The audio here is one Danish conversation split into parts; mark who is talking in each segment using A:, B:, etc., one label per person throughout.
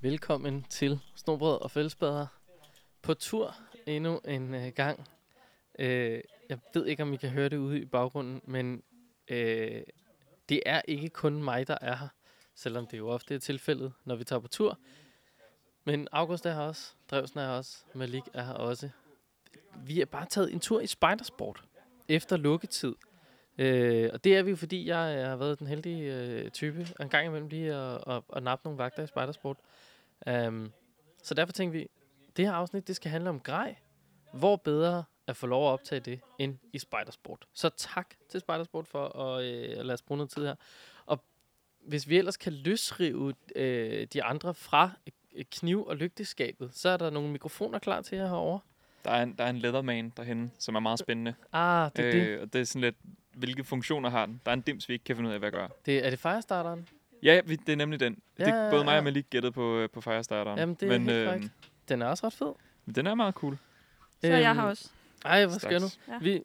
A: Velkommen til Snobrød og Fællesbader på tur endnu en øh, gang. Øh, jeg ved ikke, om I kan høre det ude i baggrunden, men øh, det er ikke kun mig, der er her, selvom det jo ofte er tilfældet, når vi tager på tur. Men August er her også, Drevsen er her også, Malik er her også. Vi er bare taget en tur i Spidersport efter lukketid. Øh, og det er vi jo, fordi jeg har været den heldige øh, type en gang imellem lige at, at, at nappe nogle vagter i Spidersport. Um, så derfor tænkte vi, det her afsnit, det skal handle om grej. Hvor bedre at få lov at optage det, end i Spidersport. Så tak til Spidersport for at, øh, at lade os bruge noget tid her. Og hvis vi ellers kan løsrive øh, de andre fra øh, kniv- og lygteskabet, så er der nogle mikrofoner klar til jer herovre.
B: Der er en, der er en leatherman derhen, som er meget spændende.
A: Ah, det er øh. det.
B: øh, og det er sådan lidt, hvilke funktioner har den? Der er en dims, vi ikke kan finde ud af, hvad gør.
A: det. Er det Firestarteren?
B: Ja, ja, vi- det er nemlig den. Ja,
A: Ja, ja,
B: det, både mig
A: ja.
B: og Malik gættede på, øh, på Firestarteren.
A: Jamen, det er helt korrekt.
B: øhm,
A: Den er også ret fed.
B: men den er meget cool.
C: Så øhm, jeg har
A: Øhm,
C: også.
A: Ej, hvor
B: Stærkt.
A: skønt. Ja.
C: Ja.
A: Vi,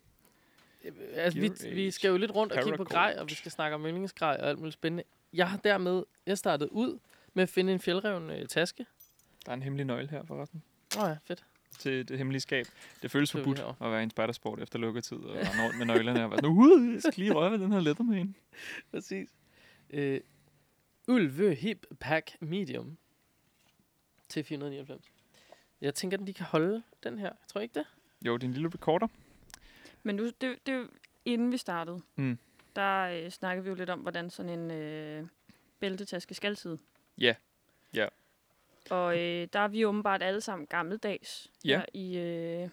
A: altså, vi,
B: Your
A: vi
B: age.
A: skal jo lidt rundt og kigge på
B: Paracord.
A: grej, og vi skal snakke om yndlingsgrej og alt muligt spændende. Jeg har dermed, jeg startede ud med at finde en fjeldreven øh, taske.
B: Der er en hemmelig nøgle her forresten
A: Åh oh ja, fedt.
B: til det hemmelige skab. Det føles
A: Det er vi
B: forbudt
A: herovre.
B: at være i en spejdersport efter lukketid og rende rundt med nøglerne og være sådan, uh, jeg skal lige røre ved den her leatherman.
A: Præcis. Øh, Ulve Hip Pack Medium til 499. Jeg tænker, at de kan holde den her. Tror I ikke det?
B: Jo, det er en lille recorder.
C: Men nu, det, det, inden vi startede,
B: Mm.
C: der øh, snakkede vi jo lidt om, hvordan sådan en øh, bæltetaske skal sidde.
B: Ja. Ja.
C: Og øh, der er vi åbenbart alle sammen gammeldags
B: Ja.
C: her i, øh,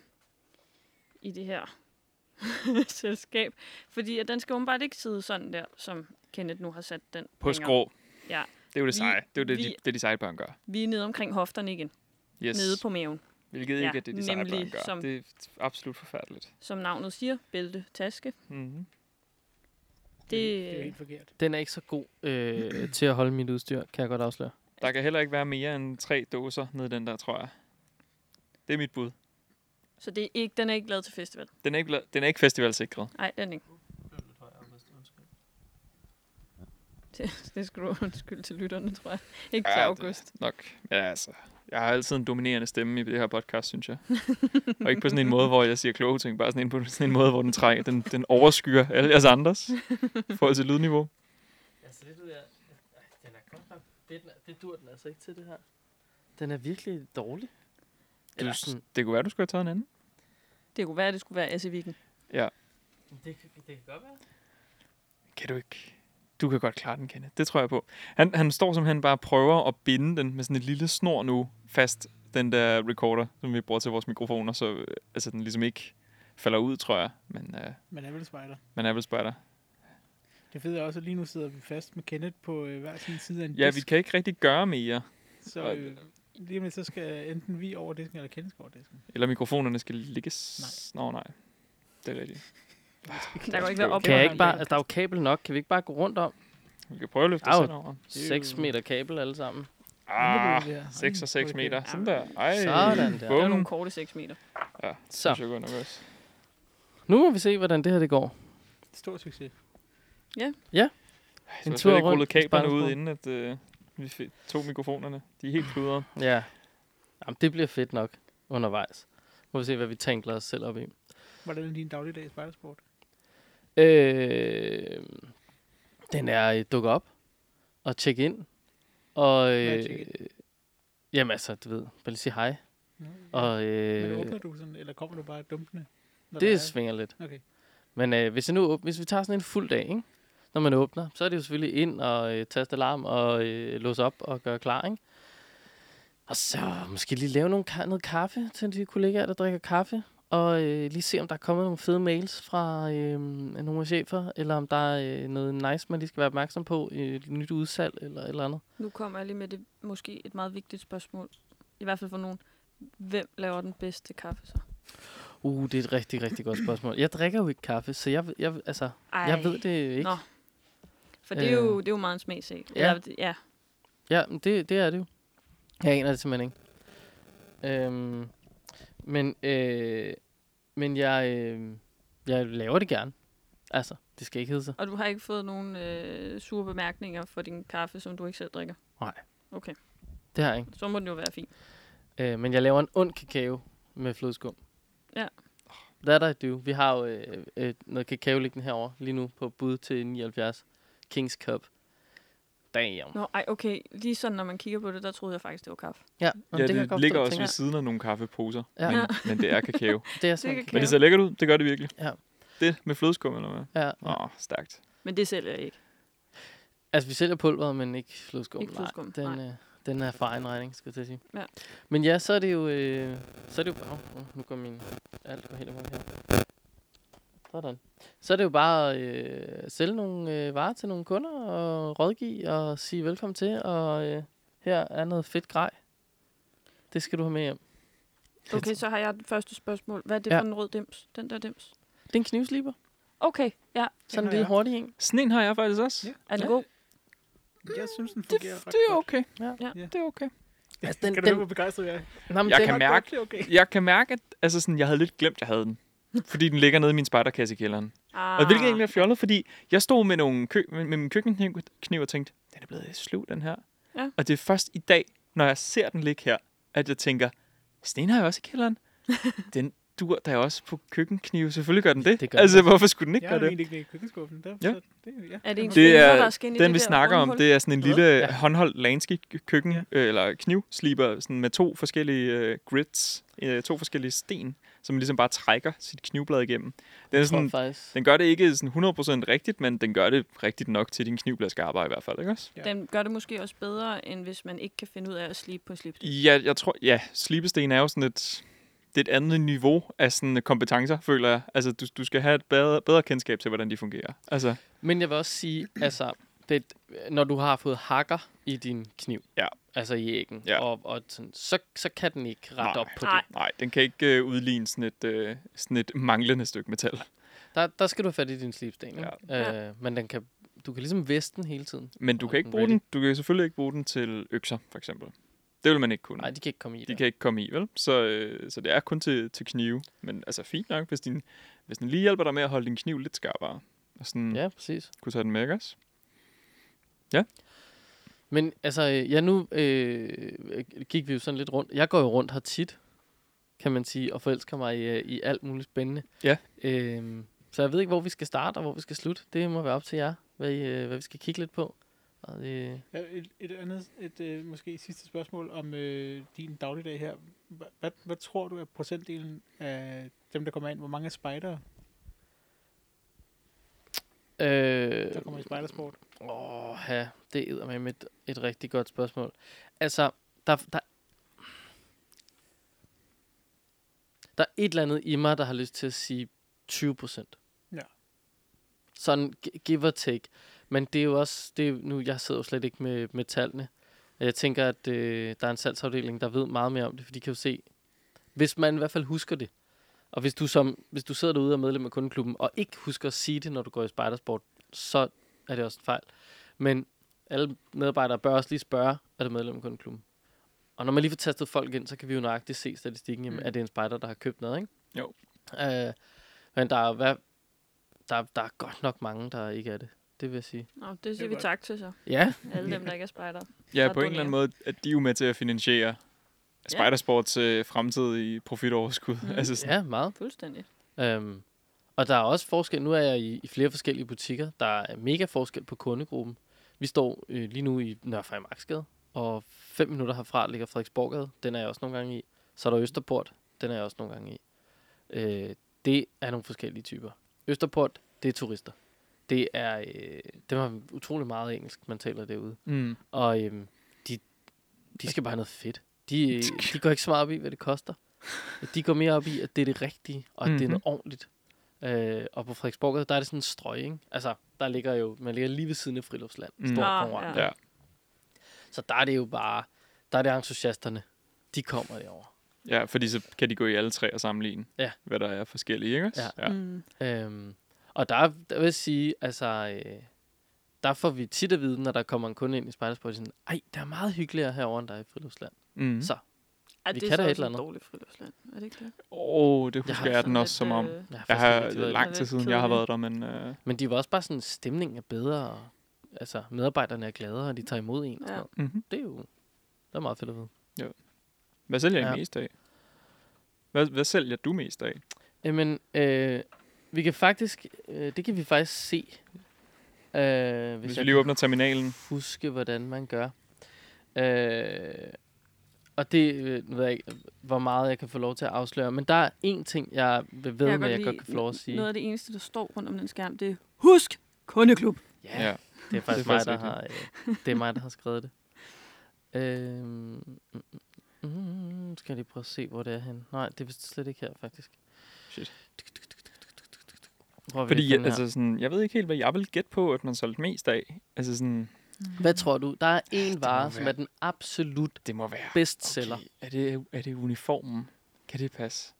C: i det her selskab. Fordi at den skal åbenbart ikke sidde sådan der, som Kenneth nu har sat den.
B: På
C: længere.
B: skrå.
C: Ja.
B: Det er jo
C: Vi-
B: det seje. Det er jo det,
C: vi-
B: de, det, de seje børn gør.
C: Vi er nede omkring hofterne igen.
B: Yes.
C: Nede på maven.
B: Hvilket
C: Ja,
B: ikke er det, de seje
C: nemlig
B: børn gør.
C: som-
B: Det er absolut forfærdeligt.
C: Som navnet siger, bælte, taske.
B: Mm-hmm.
C: Det, øh,
D: Det er jo
C: det,
D: helt forkert.
A: Den er ikke så god øh, til at holde mit udstyr, kan jeg godt afsløre.
B: Der kan heller ikke være mere end tre dåser nede i den der, tror jeg. Det er mit bud.
C: så det er ikke, den er ikke lavet til festival.
B: Den er ikke, la- den er ikke festivalsikret.
C: Nej, den er ikke. Det, det skal du undskylde til lytterne, tror jeg. Ikke til
B: Ja, det-
C: august.
B: Nok. Men altså, jeg har altid en dominerende stemme i det her podcast, synes jeg. Og ikke på sådan en måde, hvor jeg siger kloge ting, bare sådan en, på sådan en måde, hvor den, trækker, den, den overskygger alle jeres andres i forhold til lydniveau.
A: Altså, det ved jeg. Ej, den er godt nok. Det, den, det dur den altså ikke til, det her. Den er virkelig dårlig. Eller
B: Du,
A: sådan,
B: det kunne være, du skulle have taget en anden.
C: Det kunne være, at det skulle være Asse Viken.
A: det, kan- det kan godt være.
B: Kan du ikke? Du kan godt klare den, Kenneth. Det tror jeg på. Han, han står simpelthen bare og prøver at binde den med sådan et lille snor nu fast, den der recorder, som vi bruger til vores mikrofoner, så øh, altså, den ligesom ikke falder ud, tror jeg. Men øh,
D: Man er vel spejder.
B: man er vel spejder.
D: Det fede er også, at lige nu sidder vi fast med Kenneth på øh, hver sin side af en
B: Ja, vi
D: disk.
B: kan ikke rigtig gøre mere.
D: Så øh, lige om lidt, så skal øh, enten vi over disken, eller Kenneth skal over disken.
B: Eller mikrofonerne skal ligges. Nej. Nå, nej. Det er rigtigt.
C: Der kan jo ikke være op.
A: Kan jeg ikke
D: en
A: bare,
D: lille
A: altså, der er jo kabel nok. Kan vi ikke bare gå rundt om?
B: Vi kan prøve at løfte
A: Au.
B: det selv over.
A: 6 meter kabel alle sammen.
B: Ah,
D: Det er-
B: 6 og 6
D: Okay.
B: meter. Sådan der. Ej,
A: Sådan der.
C: Det er jo
B: Bum.
C: nogle korte 6 meter.
B: Ja, det
A: Så.
B: synes jeg godt nok også.
A: Nu må vi se, hvordan det her det går.
D: Stor succes.
B: Så
A: En
B: en
A: tur
B: tur ikke
A: rundt
B: rullet
A: i
B: kablerne ud,
A: Spartanburg.
B: inden at, øh, vi fik to mikrofonerne. De er helt
A: Ah,
B: pludrede.
A: Ja. Jamen, det bliver fedt nok undervejs. Må vi se, hvad vi tænker os selv op i.
D: Hvordan er din dagligdag i spejdersport?
A: Øh, den er øh, dukke op og tjekke ind. Og,
D: er
A: øh,
D: check-in?
A: jamen altså, du ved, bare lige sige hej.
D: Ja.
A: Og,
D: Men
A: øh,
D: åbner du sådan, eller kommer du bare dumpende? når der er-
A: det svinger lidt.
D: Okay.
A: Men øh, hvis, jeg nu, åb- hvis vi tager sådan en fuld dag, ikke? når man åbner, så er det jo selvfølgelig ind og øh, taste alarm og øh, låse op og gøre klar. Ikke? Og så måske lige lave nogle, ka- noget kaffe til de kollegaer, der drikker kaffe. Og øh, lige se, om der er kommet nogle fede mails fra øh, nogle af chefer, eller om der er øh, noget nice, man lige skal være opmærksom på. Øh, et nyt udsalg eller et eller andet.
C: Nu kommer jeg lige med det måske et meget vigtigt spørgsmål. I hvert fald for nogen. Hvem laver den bedste kaffe så?
A: Uh, det er et rigtig, rigtig godt spørgsmål. Jeg drikker jo ikke kaffe, så jeg, jeg, altså,
C: Ej,
A: jeg ved det ikke.
C: Nå. For det er jo,
A: Øh.
C: det er jo meget en smagsag.
A: Ja.
C: Eller, det- ja.
A: Ja, men det, det er det jo. Jeg aner det simpelthen ikke. Øhm, men øh, men jeg, øh, jeg laver det gerne. Altså, det skal ikke hedde sig.
C: Og du har ikke fået nogen øh, sure bemærkninger for din kaffe, som du ikke selv drikker?
A: Nej.
C: Okay.
A: Det har jeg ikke.
C: Så må den jo være fin.
A: Øh, men jeg laver en ond kakao med flødeskum.
C: Ja.
A: That I do. Vi har jo øh, øh, noget kakao liggende herovre lige nu på bud til 79. Kings Cup. Damn.
C: Nå, ej, okay. Lige sådan, når man kigger på det, der troede jeg faktisk, det var kaffe.
A: Ja,
B: Ja,
A: nå,
B: det,
A: kan jeg
B: det
A: godt
B: ligger
A: forstå,
B: også ved
A: tænker
B: siden af nogle kaffeposer,
A: Ja.
B: men, men det er kakao.
A: jeg. Det er sådan.
C: Det
A: en
B: Men
C: er
B: det
A: kakao.
B: ser lækkert ud, det gør det virkelig.
A: Ja.
B: Det med flødeskum eller hvad?
A: Ja.
B: Åh, oh, stærkt.
C: Men det sælger jeg ikke.
A: Altså, vi sælger pulveret, men ikke flødeskum.
C: Ikke flødeskum,
A: Nej, den, øh, den er for egen regning, skal jeg til at sige.
C: Ja.
A: Men ja, så er det jo... Øh, så er det jo bare... Uh, nu går min... Alt går helt imod her. Sådan. Så er det jo bare at øh, sælge nogle øh, varer til nogle kunder, og rådgive, og sige velkommen til, og øh, her er noget fedt grej. Det skal du have med hjem.
C: Okay, så har jeg det første spørgsmål. Hvad er det
A: Ja.
C: ja. for en rød dims? Den der dims?
A: Det er en knivsliber.
C: Okay, ja.
A: Sådan en
D: har
A: lille
D: jeg.
A: hurtig en.
B: Sådan en har jeg faktisk også.
D: Ja.
C: Er den
A: Ja.
C: god?
D: Jeg synes, den
B: Det,
D: fungerer ret
B: det er
D: godt.
B: okay.
A: Ja.
C: Ja.
B: Det er okay.
A: Altså, den,
D: Kan du høre,
A: den,
D: hvor begejstret jeg er?
A: nej, men
B: Jeg
A: den,
B: kan mærke,
D: Det er okay.
B: jeg kan mærke, at altså sådan, jeg havde lidt glemt, at jeg havde den. Fordi den ligger nede i min spejderkasse i kælderen.
C: Ah.
B: Og hvilket egentlig er fjollet, fordi jeg stod med, nogle kø- med, med min køkkenkniv kniv og tænkte, den er blevet sløv, den her.
C: Ja.
B: Og det er først i dag, når jeg ser den ligge her, at jeg tænker, sådan en har jeg også i kælderen. den dur der også på køkkenknive. Selvfølgelig gør den det.
A: Det
B: det
A: gør
B: gør altså, hvorfor skulle den
D: Jeg
B: ikke
D: har
B: gøre
D: den
B: det?
D: egentlig ikke med i køkkenskuffen. Derfor,
B: Ja.
D: så det, ja.
C: Er det en
D: Det
C: finger,
B: er
C: der skal ind i
B: Den,
C: det
B: vi
C: der
B: snakker om,
C: rundhul?
B: det er sådan en
A: Hvad?
B: lille øh,
A: Ja.
B: håndholdt landske køkken,
D: Ja.
B: øh, eller knivsliber, sådan med to forskellige øh, grids, øh, to forskellige sten, som ligesom bare trækker sit knivblad igennem. Den, er
A: jeg tror
B: sådan,
A: faktisk...
B: den gør det ikke sådan 100% rigtigt, men den gør det rigtigt nok til, at din knivblad skal arbejde i hvert fald, ikke også?
D: Ja.
C: Den gør det måske også bedre, end hvis man ikke kan finde ud af at slibe på en slip.
B: Ja, jeg tror, ja, slibesten er jo sådan et, det er et andet niveau af sådan kompetencer, føler jeg. Altså, du, du skal have et bedre, bedre kendskab til, hvordan de fungerer. Altså,
A: Men jeg vil også sige, altså, det, når du har fået hakker i din kniv,
B: Ja.
A: altså i æggen,
B: Ja.
A: og, og sådan, så, så kan den ikke rette
B: Nej.
A: op på
C: Nej.
A: det.
B: nej, den kan ikke øh, udligne sådan et, øh, sådan et manglende stykke metal.
A: Der, der skal du have fat i din slipsten, ikke? Ja. Øh, men den kan, du kan ligesom veste den hele tiden.
B: Men du
A: Og
B: kan ikke
A: den
B: bruge
A: ready.
B: den. Du kan selvfølgelig ikke bruge den til økser, for eksempel. Det vil man ikke kunne.
A: Nej, de kan ikke komme i
B: de
A: det.
B: kan ikke komme i, vel? Så, øh, så det er kun til, til knive. Men altså fint nok, hvis, din, hvis den lige hjælper dig med at holde din kniv lidt skarpere. Og sådan ja.
A: Ja, præcis.
B: kunne tage den med, ikke også?
A: Men altså, øh, ja, nu øh, gik vi jo sådan lidt rundt. Jeg går jo rundt her tit, kan man sige, og forelsker mig i, øh, i alt muligt spændende.
B: Ja.
A: Øhm, så jeg ved ikke, hvor vi skal starte og hvor vi skal slutte. Det må være op til jer, hvad, I, øh, hvad vi skal kigge lidt på. Og øh, det,
D: Ja, Et, et andet, et, øh, måske sidste spørgsmål om øh, din dagligdag her. Hva- Hvad, hvad tror du er procentdelen af dem, der kommer ind? Hvor mange er spejdere,
A: øh, Euh,
D: der kommer i spejdersport?
A: Åh, ja, det er med et, et rigtig godt spørgsmål. Altså, der, der, der er et eller andet i mig, der har lyst til at sige 20 procent.
D: Ja.
A: Sådan gi- give or take. Men det er jo også, det er, jo- nu jeg sidder jo slet ikke med, med tallene. Og Jeg tænker, at øh, der er en salgsafdeling, der ved meget mere om det, for de kan jo se, hvis man i hvert fald husker det. Og hvis du, som, hvis du sidder derude og er medlem af kundeklubben, og ikke husker at sige det, når du går i spejdersport, så er det også en fejl. Men alle medarbejdere bør også lige spørge, er det medlem af kundeklubben? Og når man lige får tastet folk ind, så kan vi jo nøjagtigt se statistikken, jamen,
D: Mm.
A: er det en spejder, der har købt noget, ikke?
B: Jo.
A: Øh, men der er, hvad, der, der er godt nok mange, der ikke er det. Det vil jeg sige.
C: Nå, det siger
D: er
C: vi
D: godt.
C: tak til så.
A: Ja.
C: Alle dem, der ikke er spejdere.
B: Ja,
C: Og
B: på en eller anden måde, at de er jo med til at finansiere Spidersports øh, fremtidige profitoverskud.
C: Mhm.
B: altså sådan,
A: Ja, meget.
C: Fuldstændig.
A: Øhm, og der er også forskel. Nu er jeg i, i flere forskellige butikker. Der er mega forskel på kundegruppen. Vi står øh, lige nu i Nørre Marksgade, og fem minutter herfra ligger Frederiksborgade. Den er jeg også nogle gange i. Så er der Østerport. Den er jeg også nogle gange i. Øh, det er nogle forskellige typer. Østerport, det er turister. Det er, øh, det var utrolig meget engelsk, man taler derude.
B: mm.
A: Og øhm, de, de skal bare have noget fedt. De, øh, de går ikke så meget op i, hvad det koster. De går mere op i, at det er det rigtige, og at mm-hmm. det er noget
B: Mhm.
A: ordentligt. Øh, og på Frederiksborg, der er det sådan en strøg, ikke? Altså, der ligger jo, man ligger lige ved siden af Friluftsland.
B: Mm.
A: Mm. Stor
C: Ah, ja.
A: konkurrent.
B: Ja.
A: Så der er det jo bare, der er det entusiasterne. De kommer derover.
B: ja, fordi så kan de gå i alle tre og sammenligne,
A: Ja.
B: hvad der er forskellige, ikke også?
A: Ja.
B: ja.
C: Mm.
A: Øhm, og der, er- der vil jeg sige, altså, øh, der får vi tit at vide, når der kommer en kunde ind i Spejdersport, sådan, ej, der er meget hyggeligere herovre, end der er i Friluftsland.
B: Mm.
A: Så-
C: Ja,
A: Vi
C: det er
A: kan
C: så
A: da et
C: også
A: eller
C: et
A: andet.
C: dårligt friluftsland. Er det ikke det?
B: Åh, oh, det husker
A: har
B: jeg, den
C: Sådan
B: også
C: lidt,
B: som om.
C: øh,
A: Jeg har
B: Jeg
A: faktisk ikke
B: har
A: rigtig været i
B: lang
C: det.
B: tid siden, jeg har
C: Kedeligt.
B: været der, men... Øh,
A: Men de var også bare sådan, stemningen er bedre, og altså, medarbejderne er gladere, og de tager imod en. Og sådan
C: Ja.
A: noget.
B: mhm.
A: Det er jo Det er meget fedt at vide.
B: Hvad sælger I
A: Ja.
B: mest af? Hvad, hvad sælger du mest af?
A: Jamen, øh, vi kan faktisk, øh, det kan vi faktisk se, øh,
B: Hvis,
A: hvis,
B: Hvis vi
A: jeg
B: lige åbner terminalen.
A: huske, hvordan man gør. Øh, og det øh, nu ved jeg ikke, hvor meget jeg kan få lov til at afsløre. Men der er én ting, jeg vil ved, med, jeg godt kan få lov at sige.
C: Noget af det eneste, der står rundt om den skærm, det er, husk kundeklub.
A: Ja, ja, det er faktisk
B: faktisk
A: mig, der
B: rigtigt.
A: har, øh, det er mig, der har skrevet det. Øhm, mm, mm, mm, skal jeg lige prøve at se, hvor det er henne. Nej, det er vist slet ikke her, faktisk.
B: Shit.
A: Prøv at
B: Fordi
A: vælge den
B: jeg,
A: her.
B: altså sådan, jeg ved ikke helt, hvad jeg vil gætte på, at man solgte mest af. Altså sådan,
A: Hvad tror du? Der er en vare, som
B: være-
A: er den absolut
B: det må være.
A: bestseller.
B: Okay. Er, det, er det uniformen? Kan det passe?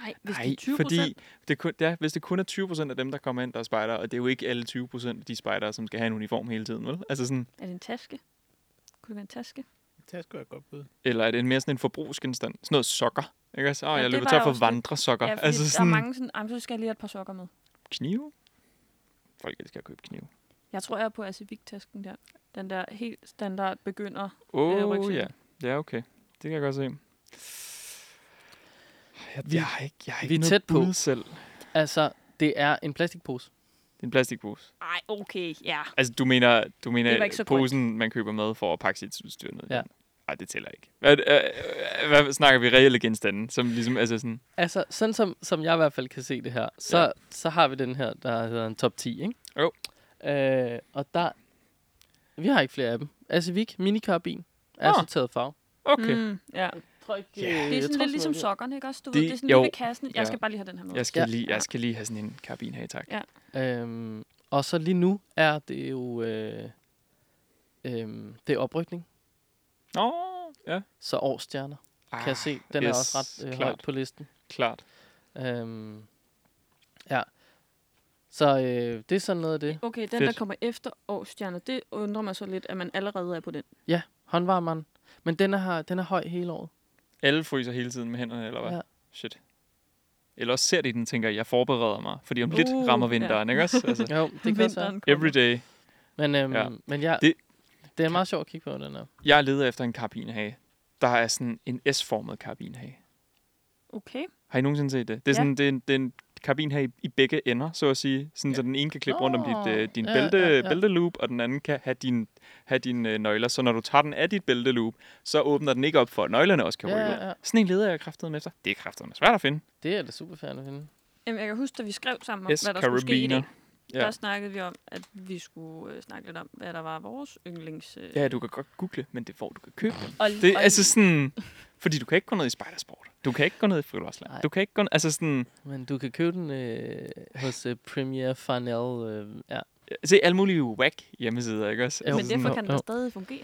C: Nej, hvis
B: Nej,
C: det er 20
B: fordi det, kun, ja, hvis det kun er 20% af dem, der kommer ind, der er spejder, og det er jo ikke alle 20% af de spejdere, som skal have en uniform hele tiden, vel? Altså sådan,
C: Er det en taske? Kunne det være en taske?
D: Tasker er godt bud.
B: eller er det mere sådan en forbrugsgenstand? Sådan noget sokker, ikke? Altså, åh,
C: Ja,
B: jeg
C: det
B: løber
C: var
B: tør
C: jo
B: for
C: også lidt-
B: vandresokker.
C: Ja,
B: Ja,
C: fordi
B: altså sådan,
C: der er mange sådan, "Ej, men så skal jeg lige have et par sokker med.
B: knive? Folk elsker at købe knive.
C: Jeg tror, jeg er på Asivik-tasken der. Den der helt standard begynder.
B: Åh, oh,
C: rygsækken.
B: ja. Ja, okay. Det kan jeg godt se. Jeg,
A: Vi-
B: jeg har ikke, jeg har
A: vi
B: ikke
A: er
B: noget
A: tæt på.
B: bud selv.
A: Altså, det er en plastikpose.
B: Det er en plastikpose.
C: Ej, okay, ja.
B: Altså, du mener, du
C: Det var
B: mener
C: ikke så
B: posen, man køber med for at pakke sit udstyr ned?
A: Ja.
B: Nej, det tæller ikke. Hvad, øh, hvad snakker vi reelle genstande? Som ligesom, altså sådan,
A: Altså, sådan som, som jeg i hvert fald kan se det her, så,
B: Ja.
A: ja. så har vi den her, der hedder en top 10, ikke?
B: Jo.
A: Øh, og der... Vi har ikke flere af dem. Asivik, minikarbin, er
B: Nå.
A: så taget farve.
B: okay. Mm.
C: Mm, ja.
A: Tror ikke,
B: Ja.
A: øh,
C: Det er
A: jeg
C: sådan
A: tror
C: lidt ligesom
A: det-
C: sokkerne, ikke også? Du
B: Det-
C: det, ved, det er sådan
B: jo.
C: jo. ved kassen. Jeg
B: Ja.
C: skal bare lige have den her med.
B: Jeg, skal
A: Ja.
B: lige,
C: Ja.
B: jeg skal lige have sådan en karabin her i tak.
C: Ja.
A: Øhm, og så lige nu er det jo... Øh, øhm, det er oprykning,
B: Nå, ja.
A: så årsstjerner, ah, kan jeg se. Den er
B: yes,
A: også ret øh, højt
B: klart.
A: på listen.
B: Klart.
A: Øhm, ja. Så øh, det er sådan noget af det.
C: Okay, den
B: Fedt.
C: der kommer efter årsstjerner, det undrer mig så lidt, at man allerede er på den.
A: Ja, håndvarmeren. Men den er, her, den er høj hele året.
B: Alle fryser hele tiden med hænderne, eller hvad?
A: Ja.
B: Shit. Eller også ser de den, tænker jeg, jeg forbereder mig, fordi om lidt
C: Uh,
B: rammer
C: ja.
B: vinteren, ikke også? Altså,
A: Jo, det kan også være.
C: Vinteren kommer.
B: every day.
A: Men, øhm,
B: Ja.
A: ja. men jeg,
B: Det-
A: det, det er meget sjovt at kigge på, den her.
B: Jeg leder efter en karabinhage. Der er sådan en S-formet karabinhage.
C: Okay.
B: Har I nogensinde set det? Det er
C: Ja.
B: sådan det er en, det er en kabin her i, i begge ender, så at sige. Sådan,
A: Ja.
B: så den ene kan klippe rundt om dit, øh, din
A: Nå, ja,
B: bælte,
A: ja, ja.
B: bælteloop, og den anden kan have din, have din øh, nøgler. Så når du tager den af dit bælteloop, så åbner den ikke op for, at nøglerne også kan
A: Ja,
B: ryge
A: ja,
B: ud.
A: ja.
B: Sådan en leder jeg kraftede med efter. Det er kraftede med svært at finde.
A: Det er da super færdigt at finde.
C: Jamen, jeg kan huske, da vi skrev sammen om,
B: Yes,
C: hvad der skulle ske i
B: karabiner.
C: dag,
B: Ja.
C: ja. der snakkede vi om, at vi skulle øh, snakke lidt om, hvad der var vores yndlings... Øh,
B: Ja, du kan godt google, men det er hvor du kan købe dem.
C: og,
B: Det er
C: og,
B: altså sådan... Fordi du kan ikke gå ned i spejdersport. Du kan ikke gå ned i friluftslag.
A: Nej.
B: Du kan ikke gå ned... Altså sådan...
A: Men du kan købe den øh, hos øh, Premiere Farnell. Øh, ja.
B: Se alle mulige whack hjemmesider, ikke også?
A: Jo,
C: Men
B: altså, sådan,
C: derfor kan den da
A: jo.
C: stadig fungere.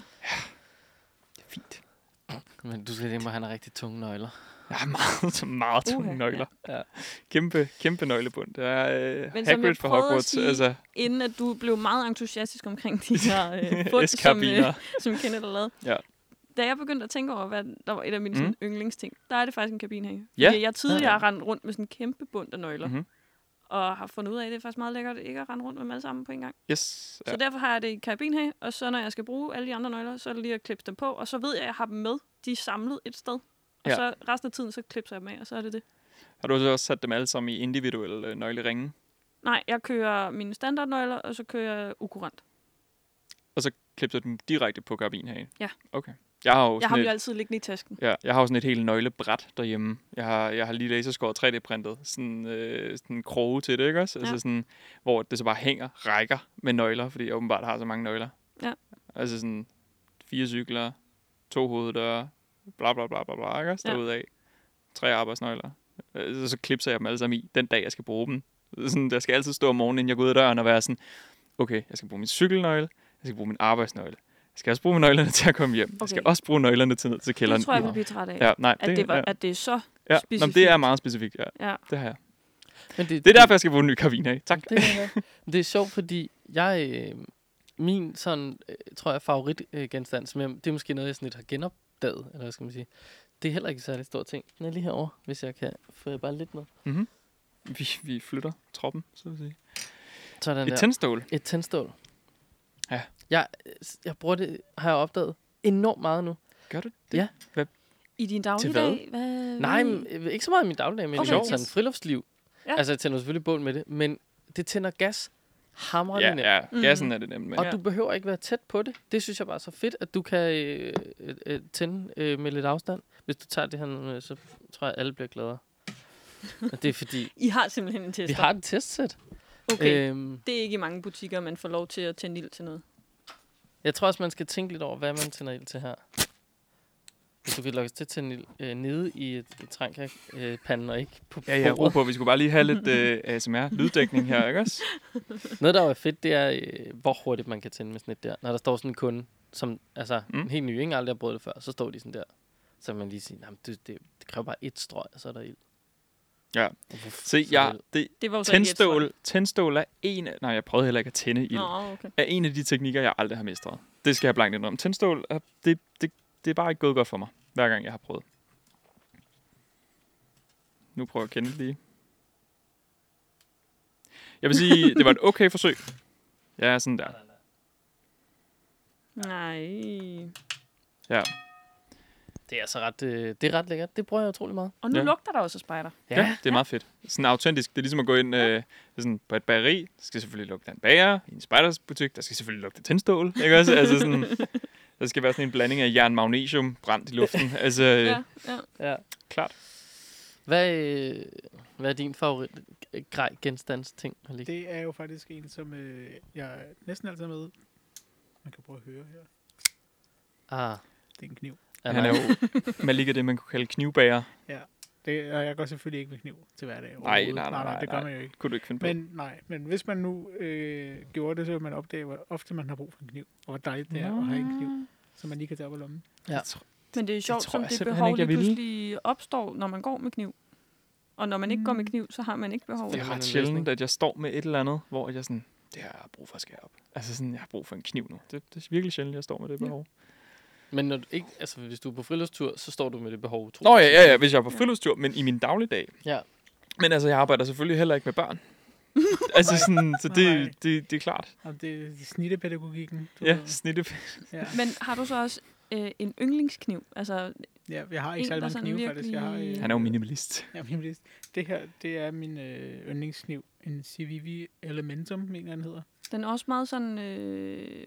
B: det er fint.
A: Men du skal lige hvor han har rigtig tunge nøgler.
B: Jeg har meget, så meget tunge
C: Uha,
B: nøgler. Ja.
A: ja.
B: Ja. Kæmpe, kæmpe nøglebund. Det er øh,
C: Men som
B: Hagrid
C: jeg
B: fra
C: prøvede at
B: Hogwarts.
C: sige,
B: altså,
C: Inden at du blev meget entusiastisk omkring de her øh, fund, som,
B: S-karbiner.
C: øh, som Kenneth har lavet.
B: Ja.
C: Da jeg begyndte at tænke over, hvad der var et af mine
B: Mm.
C: mm. sådan, yndlingsting, der er det faktisk en kabinehænge.
B: Ja.
C: Fordi jeg tidligere
A: Ja.
C: har rendt rundt med sådan en kæmpe bund af nøgler,
B: Mhm.
C: mm-hmm. og har fundet ud af, at det er faktisk meget lækkert ikke at rende rundt med dem alle sammen på en gang.
B: Yes.
C: Ja.
B: Ja.
C: Så derfor har jeg det i karabinhage, og så når jeg skal bruge alle de andre nøgler, så er det lige at klippe dem på, og så ved jeg, at jeg har dem med. De er samlet et sted.
B: Ja.
C: Og ja. så resten af tiden, så klipser jeg dem af, og så er det det.
B: Har du så også sat dem alle sammen i individuelle øh, nøgleringe?
C: Nej, jeg kører mine standardnøgler, og så kører jeg ukurant.
B: Og så klipser du dem direkte på karbinhagen?
C: Ja.
B: Okay. Jeg har jo
C: Jeg har
B: sådan
C: dem jo
B: et,
C: altid liggende i tasken.
B: ja, jeg har jo sådan et helt nøglebræt derhjemme. Jeg har, jeg har lige laserskåret 3D-printet. Sådan, øh, sådan en kroge til det, ikke også? Altså
C: Ja.
B: sådan, hvor det så bare hænger, rækker med nøgler, fordi jeg åbenbart har så mange nøgler.
C: Ja.
B: Altså sådan fire cykler, to hoveddøre, bla bla bla bla bla, ikke også?
C: Ja.
B: Derudad. Tre arbejdsnøgler. Øh, Så klipser jeg dem alle sammen i, den dag jeg skal bruge dem. Sådan, der skal altid stå om morgenen, inden jeg går ud af døren og være sådan, okay, jeg skal bruge min cykelnøgle, jeg skal bruge min arbejdsnøgle. Jeg skal også bruge nøglerne til at komme hjem. Okay. Jeg skal
C: Okay.
B: også bruge nøglerne til ned til kælderen.
C: Det tror jeg,
B: Nå.
C: vi bliver træt af.
B: Ja, nej,
C: At, det var,
B: ja.
C: at det er så...
B: ja. Nå, men det er
C: specifikt.
B: meget specifikt, ja.
C: Ja.
B: Det har jeg.
A: Men
B: Det er derfor, jeg skal bruge en ny karbin af. Tak.
A: Det, er- det er sjovt, fordi jeg... Øh, min sådan, øh, tror jeg, favoritgenstand, øh, genstand, som jeg, det er måske noget, jeg sådan lidt har genopdaget, eller hvad skal man sige. Det er heller ikke en særlig stor ting. Den er lige herovre, hvis jeg kan få jer bare lidt med.
B: Vi, vi flytter troppen, så at sige.
A: Sådan
B: Et
A: der.
B: tændstål.
A: Et tændstål.
B: Ja.
C: Mm.
A: Jeg, jeg bruger det, har jeg opdaget, enormt meget nu.
B: Gør du det?
A: Ja.
C: I din
A: hvad?
C: dagligdag? Hvad?
A: Nej, men, øh, ikke så meget i min dagligdag, men
C: Okay.
A: okay.
B: Sjovt.
A: sådan friluftsliv. Ja.
C: Ja.
A: Altså, jeg tænder selvfølgelig bål med det, men det tænder gas hammerende
B: Ja,
A: nemt.
B: ja.
C: Mm.
B: Gassen er det nemt med.
A: Og
B: Ja.
A: du behøver ikke være tæt på det. Det synes jeg bare er så fedt, at du kan øh, øh, øh, tænde øh, med lidt afstand. Hvis du tager det her, nu, øh, så tror jeg, alle bliver gladere. Og det er fordi,
C: I har simpelthen en tester.
A: vi har et testsæt.
C: Okay. Øh.
A: Øhm,
C: Det er ikke i mange butikker, man får lov til at tænde ild til noget.
A: jeg tror også, man skal tænke lidt over, hvad man tænder ild til her. Hvis du kan lukkes til at tænde ild, øh, nede i et, et trankpanden øh, panden og ikke på
B: Ja, ja, ro
A: bordet.
B: på. Vi skulle bare lige have lidt øh, ASMR-lyddækning her, ikke også?
A: Noget, der jo er fedt, det er, øh, hvor hurtigt man kan tænde med sådan et der. Når der står sådan en kunde, som altså
B: Mm.
A: mm. helt ny, ikke aldrig har prøvet det før, så står de sådan der. Så kan man lige sige, at det, det, det kræver bare et strøg, og så er der ild.
B: Ja.
A: Og hvorfor-
B: Se,
A: så er
B: ja,
A: det-
B: det,
C: Det var jo så ikke et svar.
B: tændstål, tændstål er en af... Nej, jeg prøvede heller ikke at tænde ild.
C: Nå, okay.
B: er en af de teknikker, jeg aldrig har mestret. Det skal jeg blankt indrømme. Tændstål, er, det, det, det er bare ikke gået godt for mig, hver gang jeg har prøvet. Nu prøver jeg at kende lige. Jeg vil sige, det var et okay forsøg. Ja, sådan der.
C: Nej.
B: Ja.
A: Det er altså ret, øh, det er ret lækkert. Det bruger jeg utrolig meget.
C: Og nu
B: Ja.
C: ja. lugter der også af spejder.
B: ja, det er meget fedt. Sådan autentisk. Det er ligesom at gå ind øh, sådan på et bageri. Der skal selvfølgelig lugte af en bager. I en spejdersbutik, der skal selvfølgelig lugte af tændstål. Ikke også? Altså sådan, der skal være sådan en blanding af jern magnesium brændt i luften. Altså, ja.
C: Ja, ja.
A: Ja.
B: klart.
A: Hvad, øh, hvad er din favorit øh, grej genstandsting? at ligge?
D: Det er jo faktisk en, som øh, jeg næsten altid har med. Man kan prøve at høre her.
A: Ah,
D: Det er en kniv.
A: er
B: Han er
A: nej.
B: jo Malik er det, man kunne kalde knivbager.
D: Det, og jeg går selvfølgelig ikke med kniv til hverdag.
B: nej,
D: overhovedet.
B: nej,
D: nej,
B: nej,
D: det
B: nej.
D: gør man jo ikke.
B: Kunne du ikke finde på.
D: Men nej, men hvis man nu øh, gjorde det, så ville man opdage, hvor ofte man har brug for en kniv. Og hvor dejligt det er at have en kniv, som man lige kan tage op af lommen.
C: Men det er sjovt,
B: tror
C: som
B: jeg
C: det
B: simpelthen
C: behov
B: ikke,
C: ikke,
B: jeg ville.
C: lige pludselig opstår, når man går med kniv. Og når man ikke går med kniv, så har man ikke behov.
A: Det
B: det
A: er
B: er
A: man
B: ret
A: en
B: sjældent,
A: løsning.
B: at jeg står med et eller andet, hvor jeg sådan, det har jeg brug for at skære op. Altså sådan, jeg har brug for en kniv nu. Det, det er virkelig sjældent, jeg står med det behov.
A: Men når du ikke, altså, hvis du er på friluftstur, så står du med det behov, tror
B: Nå ja, ja, ja, hvis jeg er på friluftstur, men i min dagligdag.
A: Ja.
B: Men altså, jeg arbejder selvfølgelig heller ikke med børn. altså sådan, så
D: Nej.
B: det, det, det er klart.
D: Og det er snittepædagogikken. du
B: Ja,
D: ved.
B: snitte.
D: ja.
C: Men har du så også øh, en yndlingskniv? Altså,
D: ja, jeg har ikke
C: En,
D: særlig
C: der
D: mange
C: sådan
D: knive, faktisk. Jeg har, øh,
C: virkelig-
B: Han er jo minimalist.
D: Ja, min list. Det her, det er min øh, yndlingskniv. En Civivi Elementum, mener den hedder.
C: den er også meget sådan... Øh,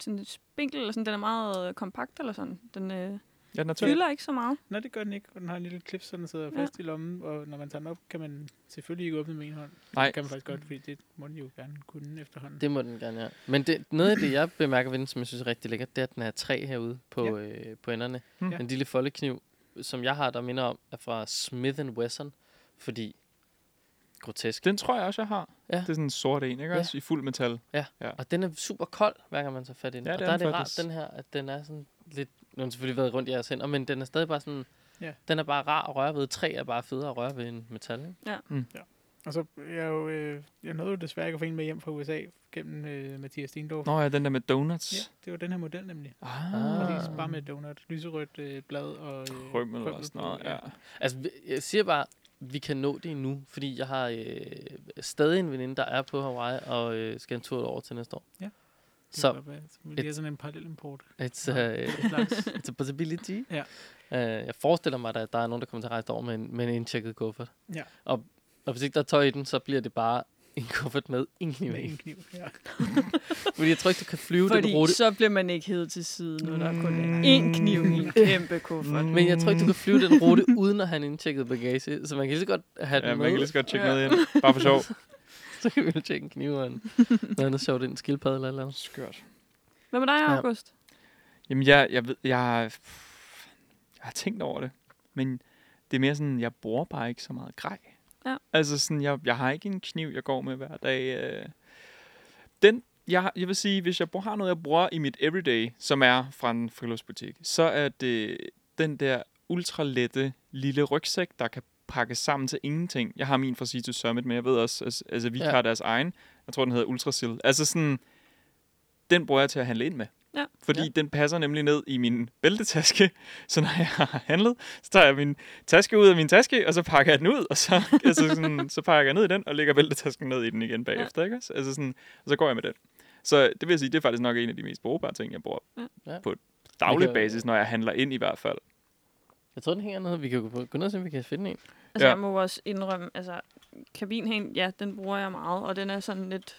C: sådan lidt spinkel, eller sådan, den er meget øh, kompakt, eller sådan. Den øh,
B: Ja, den er tynd.
C: fylder ikke så meget.
D: Nej, det gør den ikke, og den har en lille klip, så den sidder
C: Ja.
D: fast i lommen, og når man tager den op, kan man selvfølgelig ikke åbne med en hånd.
B: Nej,
D: Det kan man faktisk godt, fordi det må den jo gerne kunne efterhånden. Det.
A: Det må den gerne, ja. Men det, noget af det, jeg bemærker ved den, som jeg synes er rigtig lækkert, det er, at den er af træ herude på,
D: Ja.
A: ja. øh, på enderne.
B: Mm.
A: Mm.
B: Ja.
A: Den lille foldekniv, som jeg har, der minder om, er fra Smith Wesson, fordi grotesk.
B: den tror jeg også, jeg har.
A: Ja.
B: Det er sådan en sort en, ikke
A: Ja.
B: også? I fuld metal.
A: Og den er super kold, hver gang man tager fat i den.
B: Ja,
A: og
B: det
A: der
B: er
A: er
B: den
A: det rart,
B: faktisk.
A: den her, at den er sådan lidt... Nu har den selvfølgelig været rundt i jeres hænder, men den er stadig bare sådan...
D: Ja.
A: Den er bare rar at røre ved. Træ er bare federe at røre ved end metal, ikke?
D: Og så er jeg jo, øh, jeg nåede jo desværre ikke at få en med hjem fra USA gennem øh, Mathias Stendorf.
B: Nå ja, den der med donuts.
D: Ja, det var den her model nemlig.
B: Ah.
D: Præcis, bare med donut, lyserødt øh, blad og... Øh,
B: Rømmel og sådan noget,
D: på,
B: ja.
A: Altså, vi- jeg siger bare, vi kan nå det endnu, fordi jeg har øh, stadig en veninde, der er på Hawaii og øh, skal en tur over til næste år.
D: Ja. Det Det
A: Så
D: kan godt være, Så vi lige er sådan en parallel import.
A: it's, uh,
D: slags.
A: it's a possibility.
D: Ja.
A: Uh, jeg forestiller mig, at der er nogen, der kommer til at rejse over med en, med en indtjekket kuffert.
D: Ja.
A: Og, og hvis ikke der er tøj i den, så bliver det bare en kuffert med en kniv
D: Med en
A: i.
D: kniv, ja.
A: Fordi jeg tror ikke, du kan flyve Fordi...
C: Fordi
A: den rute.
C: så bliver man ikke hævet til siden, når der kun
B: Mm.
C: er én kniv i en kæmpe kuffert.
A: Men jeg tror ikke, du kan flyve den rute, uden at have en indtjekket bagage. Så man kan lige så godt have den
B: Ja, man
A: med.
B: kan lige så godt tjekke
C: Ja.
B: noget ind. Bare for sjov.
A: Så kan vi jo tjekke en kniv og en, noget andet sjovt, en skildpadde eller et eller andet.
B: Skørt.
C: Hvad med dig,
A: Ja.
C: August?
B: Jamen, jeg, jeg ved, jeg, har- jeg har tænkt over det, men det er mere sådan, jeg bruger bare ikke så meget grej.
C: Ja.
B: Altså sådan, jeg, jeg har ikke en kniv, jeg går med hver dag. øh. Den, jeg, jeg vil sige, hvis jeg bruger, har noget, jeg bruger i mit everyday, som er fra en friluftsbutik, så er det den der ultralette lille rygsæk, der kan pakkes sammen til ingenting. Jeg har min fra Sea to Summit, men jeg ved også, altså, altså vi
A: Ja.
B: ja. har deres egen. Jeg tror, den hedder Ultrasil. Altså sådan, den bruger jeg til at handle ind med.
C: Ja.
B: Fordi
A: Ja.
B: den passer nemlig ned i min bæltetaske, så når jeg har handlet, så tager jeg min taske ud af min taske, og så pakker jeg den ud, og så, altså sådan, så pakker jeg ned i den, og lægger bæltetasken ned i den igen bagefter, ikke også? Altså sådan, og så går jeg med den. Så det vil jeg sige, det er faktisk nok en af de mest brugbare ting, jeg bruger
C: Ja.
A: Ja.
B: på daglig
A: kan-
B: basis, når jeg handler ind i hvert fald.
A: Jeg tror, den hænger nede. Vi kan jo gå gå ned og se, om vi kan finde en.
C: Altså,
B: Ja.
C: ja. jeg må jo også indrømme, altså, kabinhæn, ja, den bruger jeg meget, og den er sådan lidt...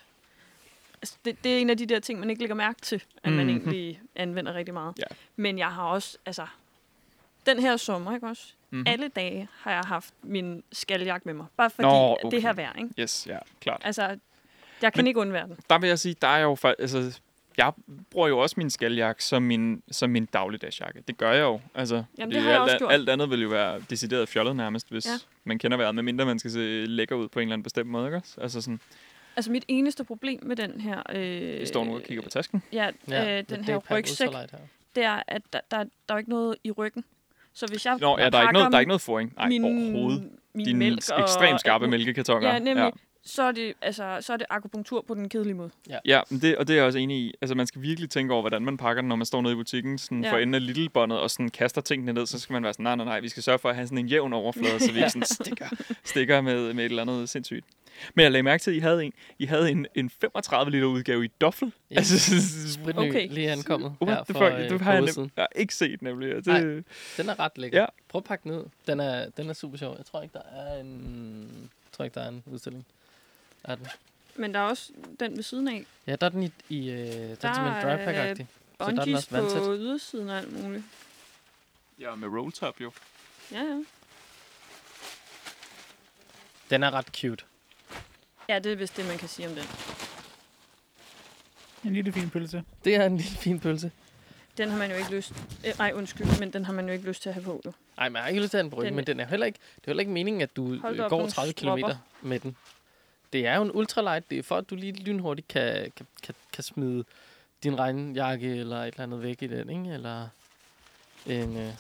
C: Altså, det, det er en af de der ting, man ikke lægger mærke til, at man
B: Mhm.
C: egentlig anvender rigtig meget.
B: Ja.
C: Men jeg har også, altså, den her sommer, ikke også?
B: Mm-hmm.
C: Alle dage har jeg haft min skaljagt med mig, bare fordi
B: Nå,
C: Nå, okay.
B: okay.
C: det her vejr, ikke?
B: Yes, ja, klart.
C: Altså, jeg kan
B: Men-
C: Men... ikke undvære den.
B: Der vil jeg sige, der er jeg jo faktisk... Altså, jeg bruger jo også min skaljakke som min, som min dagligdagsjakke. Det gør jeg jo. Altså, fordi
C: det har jeg
B: alt,
C: også
B: an-
C: gjort.
B: alt andet vil jo være decideret fjollet nærmest, hvis
C: Ja.
B: ja. man kender vejret, medmindre man skal se lækker ud på en eller anden bestemt måde, ikke også? Altså sådan,
C: Altså, mit eneste problem med den her... Øh,
B: jeg står nu og kigger på tasken.
C: Ja, ja øh,
A: med
C: den her
A: daypack
C: rygsæk,
A: ultralight her.
C: det er, at der, der, der er jo ikke noget i ryggen. Så hvis jeg
B: Nå, ja, der er ikke
C: pakker
B: noget, der er ikke noget foring. Nej,
C: min,
B: overhovedet.
C: Min
B: Dine
C: mælk og,
B: ekstremt skarpe
C: alt muligt.
B: mælkekartoner.
C: Ja, nemlig. Så er, det, altså, så er det akupunktur på den kedelige måde.
B: Ja, men det, og det er jeg også enig i. Altså, man skal virkelig tænke over, hvordan man pakker den, når man står nede i butikken sådan ja.
C: Ja.
B: for enden af lillebåndet og sådan kaster tingene ned. Så skal man være sådan, nej, nej, nej, vi skal sørge for at have sådan en jævn overflade, så vi ikke sådan stikker, stikker med, med et eller andet sindssygt. Men jeg lagde mærke til, at I havde en, I havde en, en 35 liter udgave i doffel.
A: Ja.
B: Yeah. Altså,
A: Spritny okay.
C: Okay.
A: lige ankommet
B: What
A: her
B: the
A: for
B: fuck?
A: øh,
B: Det
A: et
B: har
A: par
B: jeg,
A: uger
B: nem,
A: siden.
B: jeg har ikke set, nemlig. Og
A: Nej.
B: Det,
A: Den er ret lækker.
B: Ja.
A: Ja. Prøv at pakke den ud. Den er, den er super sjov. Jeg tror ikke, der er en, jeg tror ikke, der er en udstilling. Er den?
C: Men der er også den ved siden af.
A: Ja, der er den i, i øh, den er simpelthen
C: er, øh,
A: drypack-agtig. der er den
C: Bungees
A: også vandtæt.
C: på ydersiden og alt muligt.
B: ja, med roll top jo.
C: Ja, ja.
A: Den er ret cute.
C: Ja, det er vist det, man kan sige om den.
D: En lille fin pølse.
A: Det er en lille fin pølse.
C: Den har man jo ikke lyst... Øh, nej, undskyld, men den har man jo ikke lyst til at have på. Jo.
A: Nej, men jeg har ikke lyst til at have en brygge,
C: Den-
A: men den er heller ikke, det er heller ikke meningen, at du
C: Hold da
A: øh,
C: op,
A: går
C: nogle
A: 30 km
C: stropper.
A: med den. Det er jo en ultralight. Det er for, at du lige lynhurtigt kan, kan, kan, kan smide din regnjakke eller et eller andet væk i den, ikke? Eller en... Øh, jeg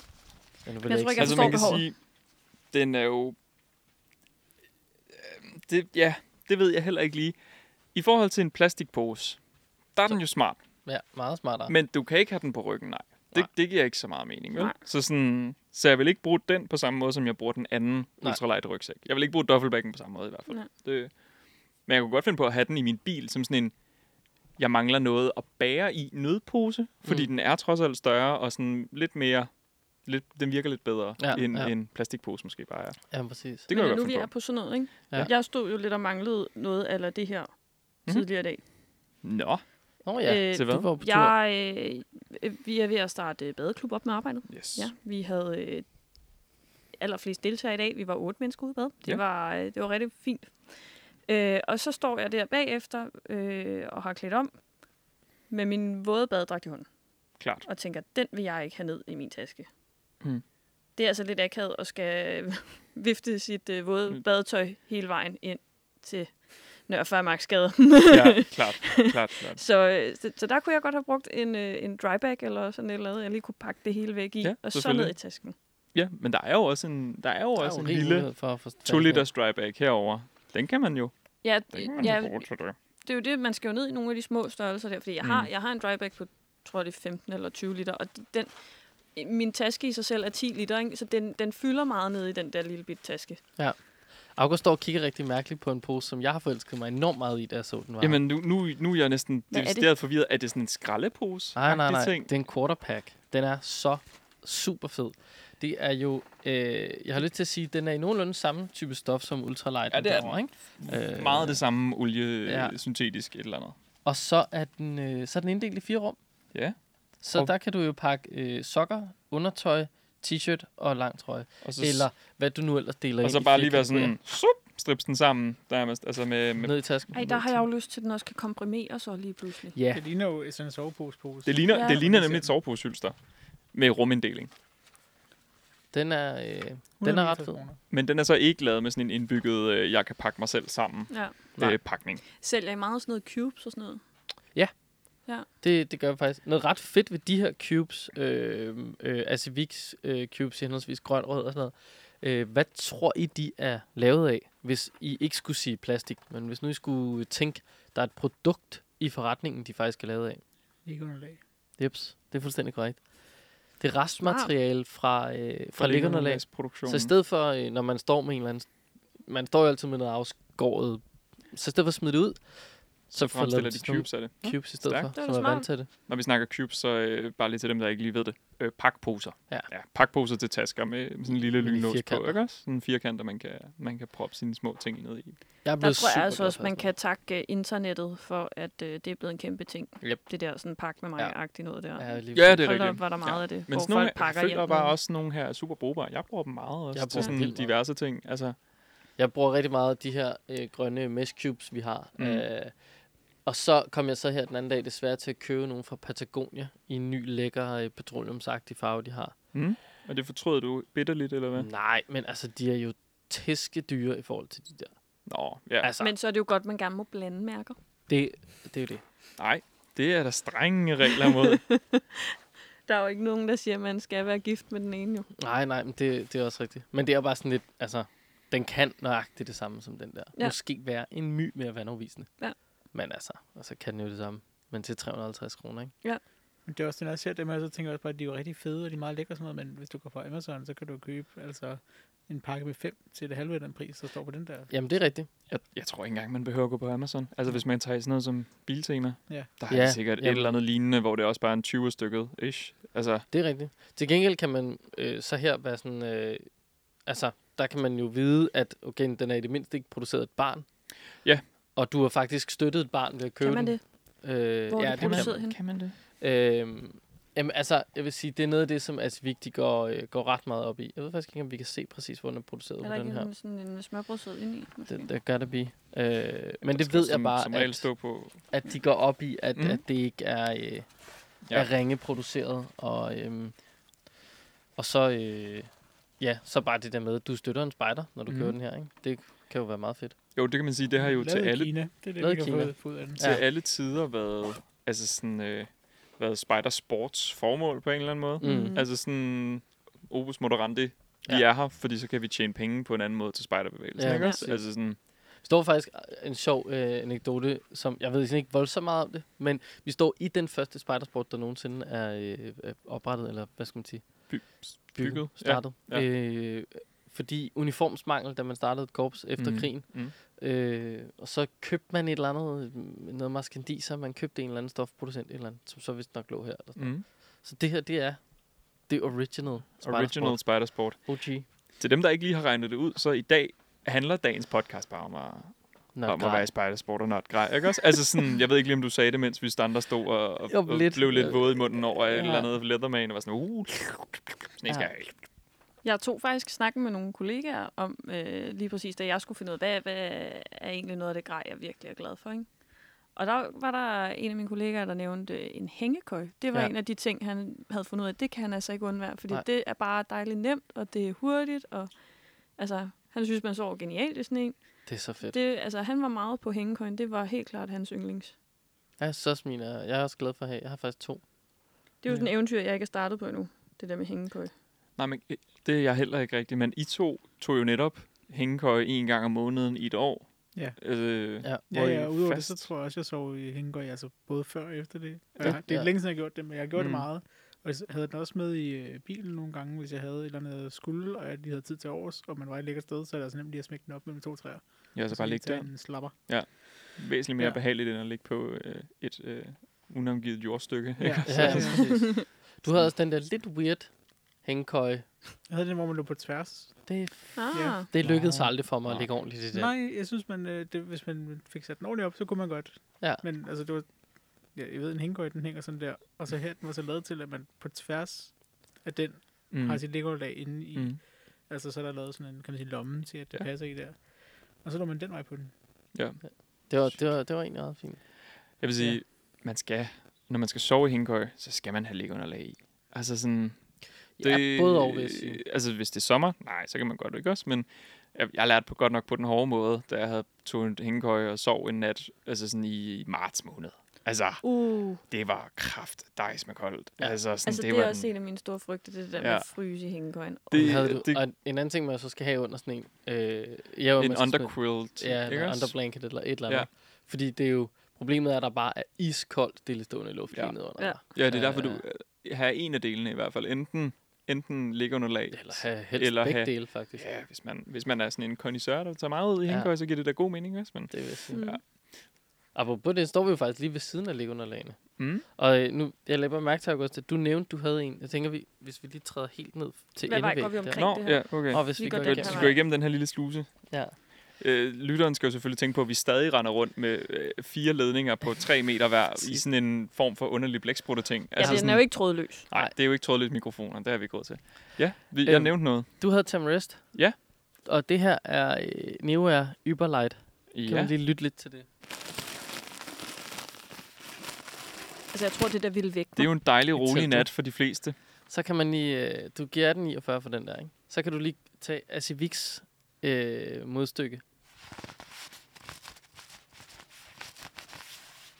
C: tror ikke, Jeg
B: altså,
C: forstår
B: man kan
C: behovet.
B: sige, den er jo... Øhm, Det, ja, det ved jeg heller ikke lige. I forhold til en plastikpose, der er den jo smart,
A: Ja, meget smartere.
B: men du kan ikke have den på ryggen, nej. Det,
A: Nej.
B: det giver ikke så meget mening, vel?
C: Nej.
B: Så, sådan, så jeg vil ikke bruge den på samme måde, som jeg bruger den anden
A: Nej.
B: ultralight rygsæk. Jeg vil ikke bruge duffelbacken på samme måde i hvert fald.
C: Nej.
B: Det, men jeg kunne godt finde på at have den i min bil, som sådan en, jeg mangler noget at bære i nødpose, fordi
A: Mm.
B: den er trods alt større og sådan lidt mere, lidt, den virker lidt bedre
A: Ja,
B: ja, end
A: ja.
B: ja. en plastikpose måske bare er.
A: Ja, præcis.
B: Det kan
C: men
B: jeg
C: nu
B: godt
C: vi
B: finde
C: er
B: på.
C: på sådan noget, ikke?
A: Ja.
C: Ja. Jeg stod jo lidt og manglede noget eller det her
B: Mhm.
C: mm-hmm. tidligere i dag.
B: Nå,
A: Nå ja,
C: Øh,
B: til hvad?
A: du var på tur.
C: Jeg, øh, øh, vi er ved at starte øh, badeklub op med arbejdet.
B: yes.
C: Ja, vi havde øh, allerflest deltagere i dag. Vi var otte mennesker ude i bad. Det,
B: Ja.
C: ja. var, øh, det var rigtig fint. Øh, og så står jeg der bagefter øh, og har klædt om med min våde badedragt i hånden.
B: Klart.
C: Og tænker, den vil jeg ikke have ned i min taske.
B: Hmm.
C: Det er altså lidt akavet at skal vifte sit øh, våde
B: Mm.
C: badetøj hele vejen ind til Nørre Farmarksgade.
B: Ja, klart, klart, klart.
C: Så, øh, så, så der kunne jeg godt have brugt en, øh, en drybag eller sådan et eller andet, jeg lige kunne pakke det hele væk i,
B: Ja,
C: ja, og så
B: selvfølgelig.
C: ned i tasken.
B: Ja, men der er jo også en, der er jo
A: Der er
B: også
A: jo
B: en
A: rig
B: lille
A: altså mulighed for at få
B: 2 liters dry bag herover. Den kan man jo.
C: Ja,
B: Den kan
C: det,
B: man
C: ja,
B: jo bruge til det.
C: det er jo det, man skal jo ned i nogle af de små størrelser der, fordi jeg, har,
B: Mm.
C: jeg har en drybag på, tror jeg det er 15 eller 20 liter, og den, min taske i sig selv er 10 liter, ikke? så den, den fylder meget ned i den der lille bit taske.
A: August står og kigger rigtig mærkeligt på en pose, som jeg har forelsket mig enormt meget i, da jeg så den var.
B: Jamen, nu, nu, nu er jeg næsten
C: Hvad er det?
B: decideret forvirret. Er det sådan en skraldepose?
A: nej, nej, nej.
B: Agtig
A: Det er en quarterpack. Den er så super fed. Det er jo, øh, jeg har lyst til at sige, den er i nogenlunde samme type stof som ultralight.
B: Ja, det er den.
A: Ikke? Øh,
B: Meget det samme olie,
A: Ja.
B: ja. syntetisk et eller andet.
A: Og så er, den, øh, så er den inddelt i fire rum.
B: Ja.
A: Så
B: Og-
A: der kan du jo pakke øh, sokker, undertøj, t-shirt og lang trøje.
B: Og så,
A: Eller hvad du nu ellers deler
B: og
A: ind
B: så
A: i
B: bare
A: fire
B: lige være sådan,
A: kategorier.
B: sup, strips den sammen. Der er mest, altså med, med,
A: Ned i tasken.
C: Ej, der har jeg jo lyst til, at den også kan komprimere så lige pludselig.
A: Ja,
D: Det ligner jo sådan en sovepose-pose.
B: det ligner,
C: Ja.
B: det ligner nemlig et soveposehylster med ruminddeling.
A: den er, øh, den er ret fed.
B: Men den er så ikke lavet med sådan en indbygget, øh, jeg kan pakke mig selv sammen
C: Ja.
A: Nej.
B: øh, pakning.
C: Sælger I meget sådan noget cubes og sådan noget?
A: Det, det gør jeg faktisk. Noget ret fedt ved de her cubes, øh, øh, altså Vicks øh, cubes, i henholdsvis grøn, rød og sådan noget. Øh, hvad tror I, de er lavet af, hvis I ikke skulle sige plastik, men hvis nu I skulle tænke, der er et produkt i forretningen, de faktisk er lavet af?
D: Ikke underlag.
A: Jeps, det er fuldstændig korrekt. Det er restmateriale fra, øh, fra liggeunderlag.
B: Produktion.
A: Så i stedet for, øh, når man står med en eller anden... Man står jo altid med noget afskåret. Så i stedet for at smide det ud, Så får
B: fremstiller
A: lavet
B: de
A: sådan nogle
B: cubes af det.
A: cubes i stedet
B: Stærkt.
A: for,
C: Det er
A: som
C: da
A: er vant til det.
B: Når vi snakker cubes, så øh, bare lige til dem, der ikke lige ved det. Øh, pakposer.
A: Ja.
B: ja. Pakposer til tasker med, med sådan en lille
A: Med de
B: lynlås på,
A: firkanter.
B: ikke også? Sådan en firkant, der man kan, man kan proppe sine små ting ned i.
A: Jeg er
C: Der
A: blevet
C: tror jeg
A: super
C: altså
A: glad
C: også,
A: for
C: man
A: sådan
C: kan takke øh, internettet for, at øh, det er blevet en kæmpe ting.
A: Yep.
C: Det der sådan pakke med
A: Ja.
C: mig-agtigt noget der.
A: noget. Ja, lige
B: Ja,
A: præcis.
B: det er
C: Hold da
B: rigtigt.
C: op, var der meget af det,
B: Men
C: hvor
B: sådan nogle,
C: folk
B: jeg
C: pakker hjem.
B: føler bare
C: noget.
B: også sådan nogle her er super brugbare. Jeg bruger dem meget også
A: Jeg bruger
B: jeg til
A: dem
B: sådan
A: vildt meget.
B: diverse ting. Altså,
A: Jeg bruger rigtig meget af de her øh, grønne mesh cubes, vi har.
B: Mm.
A: Mm. Øh, og så kom jeg så her den anden dag desværre til at købe nogle fra Patagonia i en ny lækker øh, petroleumsagtig farve, de har.
B: mm, og det fortrød du bitterligt, eller hvad?
A: Ja. Nej, men altså, de er jo tæskedyre i forhold til de der.
B: Nå, ja.
A: Altså, men...
C: Men så er det jo godt, man gerne må blande mærker.
A: det, det er jo det.
B: Nej, det er der strenge regler mod.
C: Der er jo ikke nogen, der siger, at man skal være gift med den ene jo.
A: Nej, nej, men det, det er også rigtigt. Men det er jo bare sådan lidt, altså, den kan nøjagtigt det samme som den der.
C: Ja.
A: Ja. Måske være en my mere vandovervisende.
C: Ja.
A: Men altså, og så kan den jo det samme. Men til 350 kroner, ikke?
D: Men det er også, når jeg ser dem her, så tænker jeg også bare, at de er jo rigtig fede, og de er meget lækre og sådan noget, men hvis du går på Amazon, så kan du købe altså en pakke med fem til det halve af den pris, der står på den der.
A: Jamen, det er rigtigt.
B: Jeg, jeg tror ikke engang, man behøver at gå på Amazon. Altså, hvis man tager sådan noget som biltema,
D: Ja.
B: der er
A: Ja,
B: sikkert et
A: jamen.
B: eller andet lignende, hvor det også bare er en 20 stykket, ish. Altså,
A: Det er rigtigt. Til gengæld kan man øh, så her være sådan, øh, altså, der kan man jo vide, at okay, den er i det mindste ikke produceret af et barn.
B: Ja.
A: Og du har faktisk støttet et barn ved at købe
C: Kan man det?
A: den. Øh,
C: Hvor er
A: ja,
C: det
A: det kan
C: produceret henne?
B: kan man det?
A: Øhm, jamen, altså, jeg vil sige, det er noget af det, som altså, Vigtig går, øh, går ret meget op i. Jeg ved faktisk ikke, om vi kan se præcis, hvor den er produceret
C: Er
A: på
C: der
A: den
C: ikke
A: her.
C: en, sådan en smørbrødsød ind i? Måske?
A: Det, der gør det vi. Øh, men
B: Der
A: det
B: skal
A: ved jeg
B: som,
A: bare,
B: Som regel
A: at,
B: stå på...
A: at de går op i, at,
B: Mhm.
A: at det ikke er, øh,
B: Ja.
A: er ringe produceret. Og, øhm, og så, øh, ja, så bare det der med, at du støtter en spider, når du
B: Mhm.
A: mm. kører den her. Ikke? Det kan jo være meget fedt.
B: Jo, det kan man sige, det har jo til
D: Lavet i
B: alle,
D: Kina. Det er det,
A: Lavet
D: vi
A: i
D: kan
A: Kina.
D: få- få ud af den.
B: til
A: Ja.
B: alle tider været, altså sådan, øh, været Spider Sports formål på en eller anden måde.
A: Mm.
C: Mm.
A: Mm.
B: Altså sådan, opus moderandi, vi
A: Ja.
B: er her, fordi så kan vi tjene penge på en anden måde til spejderbevægelsen,
A: Ja,
B: ikke
C: ja.
B: også? Altså sådan,
A: Vi står faktisk en sjov øh, anekdote, som jeg ved sådan ikke voldsomt meget om det, men vi står i den første spidersport, der nogensinde er øh, er oprettet, eller hvad skal man sige,
B: by,
A: bygget,
B: bygget. Ja.
A: startet. Ja, ja. Øh, fordi uniformsmangel, da man startede et korps efter
B: Mhm.
A: mm. krigen,
B: Mm.
A: Øh, og så købte man et eller andet, øh, noget maskendiser, man købte en eller anden stofproducent, et eller andet, som så vist nok lå her. Eller sådan.
B: Mm.
A: Så det her, det er det original.
B: Original Spidersport.
A: Spider-Sport. OG.
B: Til dem, der ikke lige har regnet det ud, så i dag handler dagens podcast bare om at,
A: Nå,
B: om at være i spejdersport og not grej, ikke også? Altså sådan, jeg ved ikke lige, om du sagde det, mens vi standard stod og, og,
A: Jo,
B: og
A: lidt.
B: blev lidt våde i munden over ja. et
A: Ja.
B: eller andet leatherman, og var sådan, uh, sneskaj.
C: Jeg tog faktisk snakken med nogle kollegaer om, øh, lige præcis da jeg skulle finde ud af, hvad, hvad er egentlig noget af det grej, jeg virkelig er glad for, ikke? Og der var der en af mine kollegaer, der nævnte øh, en hængekøj. Det var ja.
A: Ja.
C: en af de ting, han havde fundet ud af. Det kan han altså ikke undvære, fordi Nej.
A: Nej.
C: det er bare dejligt nemt, og det er hurtigt, og altså, han synes, man sover genialt i sådan en.
A: Det er så fedt. Det.
C: Det, altså, han var meget på hængekøjen. Det var helt klart hans yndlings.
A: Jeg er så smiler. Jeg er også glad for at have. Jeg har faktisk to.
C: Det er jo
D: Ja.
C: sådan et eventyr, jeg ikke er startet på endnu. Det der med hængekøj.
B: Nej, men øh, det er jeg heller ikke rigtig, men I to tog jo netop hængekøje en gang om måneden i et år.
D: Ja.
B: Øh,
A: Ja.
D: Ja,
B: Hvor I
D: ja, udover det,
B: fast?
D: så tror jeg også, jeg sov i hængekøj, altså både før og efter det. Og
A: Ja.
D: jeg, det er
A: Ja.
D: længe siden, jeg har gjort det, men jeg har gjort mm.
B: Mm.
D: det meget. Og jeg havde den også med i øh, bilen nogle gange, hvis jeg havde et eller andet jeg skulle, og jeg lige havde tid til overs, og man var et lækkert sted, så er det altså nemt lige at smække den op mellem to træer.
B: Jeg har
D: Og
B: så Altså, bare
D: lige
B: ligge
D: tage
B: der.
D: en slapper.
B: Væsentligt mere ja.
D: Ja.
B: behageligt, end at ligge på øh, et øh, unangivet jordstykke.
D: Ja.
B: Ja.
A: Ja, præcis. du havde også den der lidt weird hængekøje.
D: Jeg havde den, hvor man lå på tværs.
A: Det,
C: Ah,
D: Ja.
A: det
B: Nå.
A: lykkedes aldrig for mig at
B: Nå.
A: ligge ordentligt i
D: Ja.
A: det.
D: Nej, jeg synes, man, øh, det, hvis man fik sat den ordentligt op, så kunne man godt.
A: Ja.
D: Men altså, det var, ja, jeg ved, en hængekøj, den hænger sådan der, og så her, den var så lavet til, at man på tværs af den mm.
B: Mm.
D: har sit læggeunderlag inde i, mm.
B: Mm.
D: altså så er der lavet sådan en, kan man sige, lomme til, at det
B: Ja.
D: ja. passer i der. Og så lå man den vej på den.
A: Det, var, det, var, det var egentlig meget fint.
B: Jeg vil sige, ja. man skal, når man skal sove i hængekøje, så skal man have liggeunderlag i. Altså sådan...
A: Det, ja, både over, vil jeg sige.
B: Altså, hvis det er sommer, nej, så kan man godt ikke også, men jeg, jeg lærte på, godt nok på den hårde måde, da jeg havde tog en hængekøje og sov en nat, altså sådan i, i marts måned. Altså,
C: Uh.
B: det var kraft dejs med koldt.
A: Ja.
B: Altså, sådan,
C: Altså, det,
B: var
C: er også
B: den,
C: en af mine store frygte, det er det der
B: Ja.
C: med at fryse i hængekøjen.
A: Det,
B: Det-
A: havde du,
B: det-
A: det, og en anden ting, man så skal have under sådan en... Øh, jeg var
B: en
A: massevis med-
B: underquilt.
A: Ja,
B: ikke
A: eller
B: også?
A: underblanket eller et eller
B: Ja.
A: andet. Ja. Fordi det er jo... Problemet er, at der bare er iskoldt stillestående luft
B: Ja.
A: ja. lige ned under
C: Ja.
A: ja.
B: Ja, det er derfor, du
A: Øh.
B: øh, har en af delene i hvert fald. Enten, enten liggeunderlag.
A: Eller have helst
B: Eller
A: eller begge
B: have-
A: have. dele, faktisk.
B: Ja, hvis man, hvis man er sådan en kondisør, der tager meget ud i
A: Ja.
B: hængekøje, så giver det da god mening også. Men
A: Det vil jeg sige.
C: Mm.
B: Ja.
A: Apropos det, står vi jo faktisk lige ved siden af liggeunderlagene.
B: Mm.
A: Og øh, nu, jeg lægger bare mærke til, August, at du nævnte, du havde en. Jeg tænker, vi, hvis vi lige træder helt ned til
C: Hvad vej
A: endevæg
C: går vi
A: der.
C: omkring?
B: Nå,
C: det her.
B: ja, okay.
A: Og hvis vi,
C: Vi
A: vi går,
C: går
A: går
B: Ja,
C: den
A: igennem.
C: her
B: de
C: vej.
B: går igennem den her lille sluse.
A: Ja.
B: Øh, lytteren skal jo selvfølgelig tænke på, at vi stadig render rundt med øh, fire ledninger på tre meter hver, i sådan en form for underlig blæksprutter-ting.
C: Altså, ja, den
B: sådan,
C: er jo ikke trådløs.
B: Nej, det er jo ikke trådløse mikrofoner, det har vi ikke råd til. Ja, vi, jeg
A: Øhm.
B: nævnte noget.
A: Du havde Tamarist.
B: Ja.
A: Og det her er øh, Neo Air Uberlight. Kan
B: Ja.
A: man lige lytte lidt til det?
C: Altså, jeg tror, det der ville væk
B: Det er jo en dejlig, rolig
A: teltet.
B: nat for de fleste.
A: Så kan man lige... Øh, du giver 18,49 for den der, ikke? Så kan du lige tage Acivics øh, modstykke.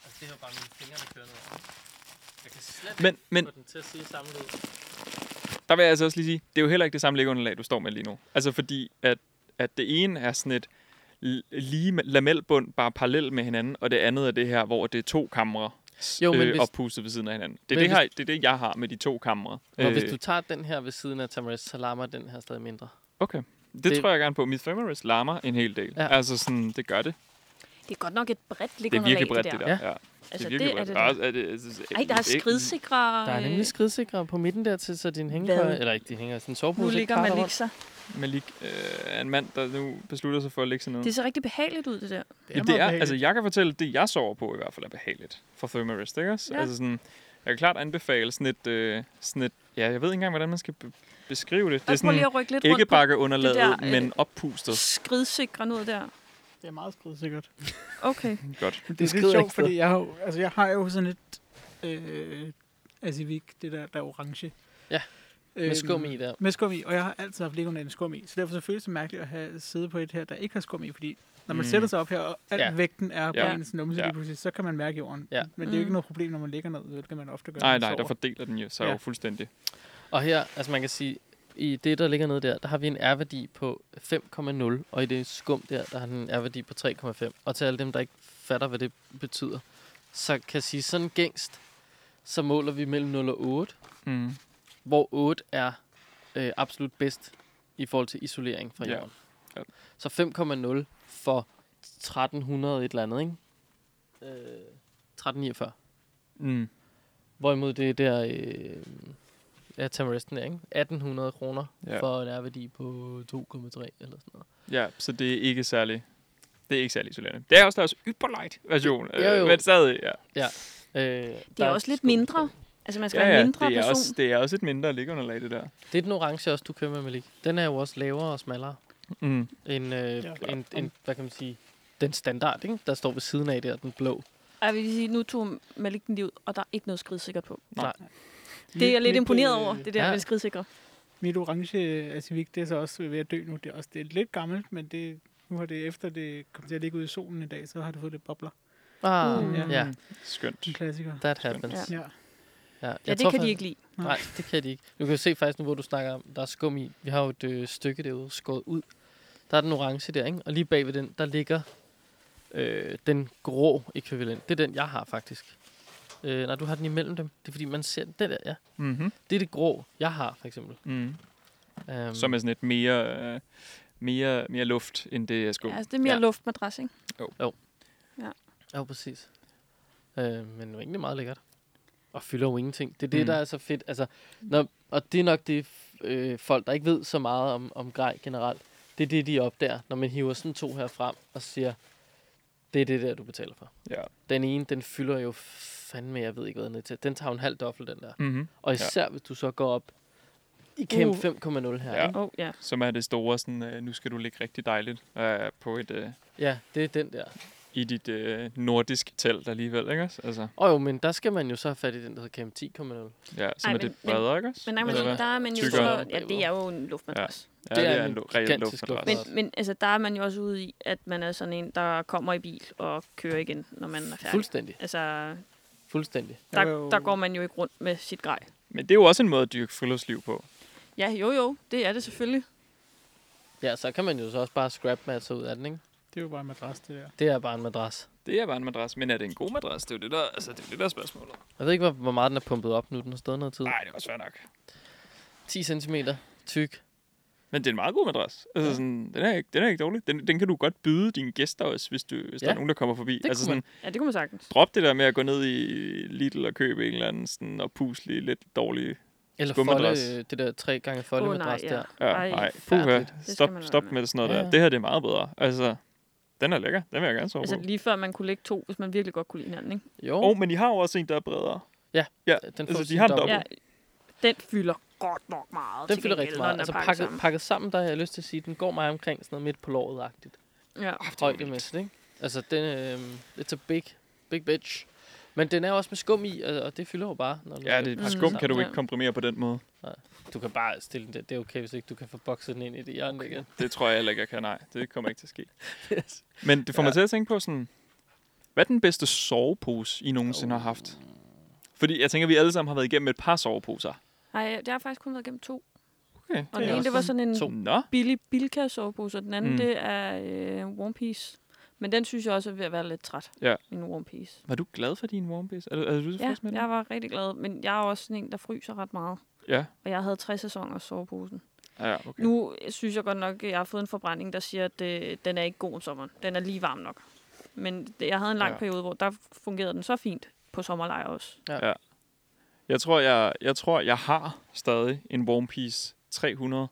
A: Altså, det er jo bare mine fingre, der kører ned. Jeg kan slet
B: Men, men
A: få den til at sige samme lyd.
B: der vil jeg altså også lige sige, det er jo heller ikke det samme lægeunderlag, du står med lige nu. Altså fordi, at, at det ene er sådan et l- lige ma- lamelbund, bare parallel med hinanden, og det andet er det her, hvor det er to kamre
A: Jo,
B: jo,
A: men
B: men øh,
A: hvis-
B: oppustet ved siden af hinanden. Det er
A: men
B: det, her, det er det, jeg har med de to kamre. Øh,
A: Og hvis du tager den her ved siden af Tamarist, så larmer den her stadig mindre.
B: Okay, det,
A: Det-
B: det tror jeg gerne på. Mit femoris larmer en hel del.
A: Ja.
B: Ja. Altså sådan, det gør det.
C: Det er godt nok et bredt
B: Det er
C: liggeunderlag,
B: virkelig bredt, det der.
A: Ja.
B: Ja.
C: Altså,
B: det er virkelig
C: det er det
B: bredt.
C: der.
B: Også, er det, altså,
C: Ej, der er skridsikre... øh,
A: Der er nemlig skridsikre på midten dertil, så din hængekøje,
C: Hvad?
A: eller ikke din hængekøje, sådan en
C: Nu
A: sovepose, ikke
C: ligger
A: farter
C: man
A: rundt.
C: ikke sig.
B: Malik øh, er en mand, der nu beslutter sig for at lægge sig ned.
C: Det ser rigtig behageligt ud, det der.
B: Ja, det er, altså jeg kan fortælle, at det jeg sover på i hvert fald er behageligt for Thermarist, ikke også?
C: Ja.
B: Ja. Altså sådan, jeg kan klart anbefale sådan et, øh, sådan et, ja, jeg ved ikke engang, hvordan man skal be- beskrive det. Det
C: Og
B: er
C: prøv lige
B: sådan
C: at rykke lidt
B: ikke
C: rundt på
B: bakkeunderlaget,
C: det der, øh,
B: men oppustet.
C: skridsikre noget der.
D: Det er meget skridt, sikkert.
C: Okay.
B: Godt.
D: Det, det er
A: skrider
D: lidt sjovt,
A: ikke sted.
D: fordi jeg har, jo- altså, jeg har jo sådan et øh, Azivik, det der, der er orange.
A: Ja, Med
D: Øhm,
A: skum i der.
D: Med skum i, og jeg har altid haft Lego med skum i. Så derfor så føles det mærkeligt at have siddet på et her, der ikke har skum i, fordi når man
B: Mm.
D: mm. sætter sig op her, og al
A: Ja.
D: ja. vægten er på
B: Ja.
D: ja. ens numse,
B: Ja.
D: ja. pludselig, så kan man mærke jorden.
A: Ja.
D: Men det er jo
C: Mm.
D: ikke noget problem, når man ligger ned, hvilket man ofte gør. når
B: Nej,
D: man
B: nej, der
D: sover.
B: fordeler den jo sig
D: Ja.
B: jo fuldstændig.
A: Og her, altså man kan sige, i det, der ligger nede der, der har vi en R-værdi på 5,0, og i det skum der, der har den en R-værdi på 3,5. Og til alle dem, der ikke fatter, hvad det betyder, så kan jeg sige, sådan gængst, så måler vi mellem 0 og 8,
B: Mm.
A: hvor 8 er øh, absolut bedst i forhold til isolering fra
B: Ja.
A: jorden.
B: Ja.
A: Så 5,0 for 1300 et eller andet, ikke? Øh, 1349.
B: Mm.
A: Hvorimod det der, øh, ja, tamaristen der, ikke? 1800 kroner ja.
B: Ja.
A: for en R-værdi på 2,3 eller sådan noget.
B: ja, så det er ikke særlig, det er ikke særlig isolerende. Det er også deres ypperlight version,
A: Jo, jo.
B: øh, men stadig, ja.
A: Øh,
C: Det er også lidt mindre. Altså, man skal
B: ja,
C: være
B: ja,
C: en mindre
B: det er
C: person.
B: også, det er også et mindre liggeunderlag, det der.
A: Det er den orange også, du kører med, Malik. Den er jo også lavere og smallere
B: Mm.
A: end, øh, ja,
D: klart.
A: end, end, hvad kan man sige, den standard, ikke? Der står ved siden af der, den blå.
C: Jeg vil lige sige, nu tog Malik den lige ud, og der er ikke noget skridsikkert på. Det er
D: Mit-
C: jeg lidt
D: mit,
C: imponeret
D: øh,
C: over, det der
A: ja.
C: ja. med skridsikre.
D: Mit orange Azivik, det er så også ved at dø nu. Det er, også, det er lidt gammelt, men det, nu har det efter det kom til at ligge ude i solen i dag, så har det fået lidt bobler.
A: Ah,
C: Mm.
A: ja. Yeah,
B: Skønt.
D: En klassiker.
A: that happens.
C: Ja.
D: Ja.
A: Ja. Ja, jeg
C: Ja, det
A: tror
C: kan de
A: faktisk-
C: ikke lide.
A: Nej, det kan de ikke. Du kan jo se faktisk nu, hvor du snakker om, der er skum i. Vi har jo et øh, stykke derude skåret ud. Der er den orange der, ikke? Og lige bag ved den, der ligger øh, den grå ekvivalent. Det er den, jeg har faktisk. Øh, nej, du har den imellem dem. Det er fordi, man ser den der, ja.
B: Mm-hmm.
A: Det er det grå, jeg har, for eksempel.
B: Mm.
C: Øhm.
A: Um,
B: som er sådan et mere, øh, mere, mere luft, end det er skum.
C: Ja, altså, det er mere
A: Ja.
C: ja. luftmadras, ikke?
A: Ja, præcis. Øh, men jo egentlig meget lækkert. Og fylder jo ingenting. Det er det,
B: Mm.
A: mm. der er så fedt. Altså, når, og det er nok det, f- øh, folk, der ikke ved så meget om, om grej generelt, det er det, de opdager, når man hiver sådan to her frem og siger, det er det der, du betaler for.
B: Ja.
A: Den ene, den fylder jo fandme, jeg ved ikke hvad den er til. Den tager jo en halv doffel, den der.
B: Mm-hmm.
A: Og især, ja. hvis du så går op i kæmpe
C: Uh.
A: 5,0 her.
B: Ja.
A: Ja.
C: Åh, oh, ja.
B: Som er det store, sådan, øh, nu skal du ligge rigtig dejligt øh, på et, øh,
A: ja, det er den der.
B: i dit øh, nordisk telt alligevel, ikke også? Altså,
A: Og jo, men der skal man jo så have fat i den, der hedder kæmpe 10,0vel.
B: ja, som
C: Ej,
B: Ej, er
C: men-
B: det bredere, ikke også?
C: Men nej, men
B: Eller hvad?
C: der er man jo
B: Tykkere.
C: så, ja, det er jo en luftmadras.
A: det
B: ja, det,
A: er
B: er
A: en
B: en lo- reel
A: gigantisk
B: luftmadras.
A: luftmadras.
B: Men,
A: Også.
C: Men, men altså, der er man jo også ude i, at man er sådan en, der kommer i bil og kører igen, når man er færdig.
A: Fuldstændig.
C: Altså,
A: Fuldstændig.
D: Jeg var
C: der,
D: jo-
C: der går man jo ikke rundt med sit grej.
B: men det er jo også en måde at dyrke friluftsliv på.
C: Ja, jo jo, det er det selvfølgelig.
A: Ja, så kan man jo så også bare scrap matcher ud af den, ikke?
D: Det er jo bare en madras, det der.
A: Det er bare en madras.
B: Det er bare en madras, men er det en god madras? Det er jo det der, altså, det, er jo det der er spørgsmålet.
A: Jeg ved ikke, hvor, hvor meget den er pumpet op nu. Den har stået noget tid.
B: Nej, det er også fair nok.
A: 10 cm tyk.
B: Men det er en meget god madras. Altså,
A: Ja.
B: ja. sådan, den, er ikke, den er ikke dårlig. Den, den kan du godt byde dine gæster også, hvis, du, hvis ja. der
A: Ja.
B: er nogen, der kommer forbi.
A: Det
B: altså,
A: kunne
B: sådan,
A: man.
C: Ja, det kunne man sagtens.
B: drop det der med at gå ned i Lidl og købe en eller anden sådan, og puslig, lidt dårlig...
A: Eller
B: Skummadras.
A: folde, øh, det der tre gange folde
C: Åh
A: oh,
C: oh, nej,
A: madras
C: ja.
A: der.
B: Ja,
C: Ej,
B: nej, puha,
A: forfærdeligt.
C: skal
B: stop,
C: man lade
B: stop
C: være med.
B: med sådan noget
A: Ja,
B: ja.
A: ja.
B: der. Det her, det er meget bedre. Altså, den er lækker. Den vil jeg gerne sove
C: Altså
B: på.
C: lige før man kunne lægge to, hvis man virkelig godt kunne lide hinanden, ikke?
A: Jo,
B: Og, men I har jo også en, der er bredere.
A: den får
B: Oh, altså, de
A: sin
B: har en
A: dobbelt.
B: dobbelt.
C: Ja, den fylder godt nok meget.
A: Den
C: til
A: fylder
C: gengæld,
A: rigtig
C: når
A: meget. Altså
C: den er pakket
A: pakket,
C: sammen.
A: pakket sammen, der har jeg lyst til at sige, den går meget omkring sådan noget midt på låret-agtigt.
C: Ja.
A: højdemæssigt, ikke? Altså, den, øh, it's a big, big bitch. Men den er også med skum i, og, og det fylder jo bare. Når den
B: Ja, det
A: bliver
B: er
A: pakket
B: skum,
A: sammen.
B: kan du
C: Ja.
B: ikke komprimere på den måde.
A: Du kan bare stille den der. Det er okay, hvis ikke du kan få bokset den ind i det hjørne igen.
B: Det tror jeg heller ikke, jeg kan. Nej, det kommer ikke til at ske. Men det får mig
A: Ja.
B: til at tænke på sådan, hvad er den bedste sovepose, I nogensinde har haft? Fordi jeg tænker, at vi alle sammen har været igennem et par soveposer.
C: Ej, det har faktisk kun været gennem to.
B: Okay.
C: Og
D: Det
C: den
D: er
C: ene,
D: også
C: det var sådan en
A: To.
B: Nå,
C: billig Bilka-sovepose, og den anden,
B: Mm.
C: mm. det er øh, One Piece. Men den synes jeg også er ved at være lidt træt.
B: Ja.
C: Min One Piece.
B: var du glad for din warmbase? Er, du- er du
C: Ja,
B: tilfreds med den?
C: jeg var rigtig glad, men jeg er også sådan en, der fryser ret meget.
B: Ja.
C: Og jeg havde tre sæsoner soveposen.
B: Ja, ja, okay.
C: Okay. Nu øh, synes jeg godt nok, at jeg har fået en forbrænding, der siger, at øh, den er ikke god om sommeren. Den er lige varm nok. Men det- jeg havde en lang
B: Ja.
C: ja. periode, hvor der fungerede den så fint på sommerlejr også.
B: Jeg tror, jeg, jeg tror, jeg har stadig en One Piece 300.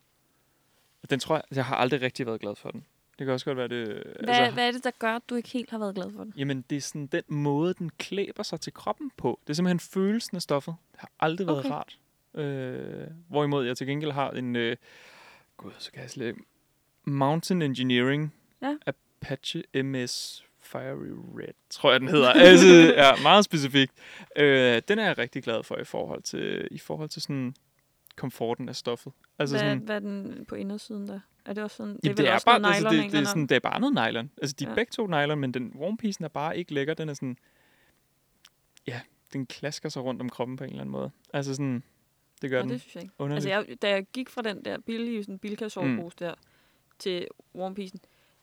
B: Den tror jeg, jeg har aldrig rigtig været glad for den. Det kan også godt være, det...
C: Hvad, altså, hvad er det, der gør, at du ikke helt har været glad for den?
B: Jamen, det er sådan den måde, den klæber sig til kroppen på. Det er simpelthen følelsen af stoffet. Det har aldrig været
C: Okay.
B: okay. rart. Øh, hvorimod jeg til gengæld har en... Øh, Gud, så kan jeg slet ikke- Mountain Engineering
C: Ja.
B: Apache MS Fiery Red, tror jeg, den hedder. altså, ja, meget specifikt. Øh, den er jeg rigtig glad for i forhold til, i forhold til sådan komforten af stoffet.
C: Altså hvad,
B: sådan,
C: sådan, hvad er den på indersiden der? Er det også sådan, det er
B: Jamen,
C: vel
B: det er,
C: også
B: bare,
C: noget
B: altså,
C: nylon,
B: det, det, er sådan, det er bare noget nylon. Altså, de er
C: Ja.
B: ja. begge to nylon, men den warm piece er bare ikke lækker. Den er sådan... Ja, den klasker sig rundt om kroppen på en eller anden måde. Altså sådan... Det gør
C: ja,
B: den
C: det synes jeg ikke.
B: underligt.
C: Altså, jeg, da jeg gik fra den der billige sådan bilka sovepose mm. der til One Piece'en,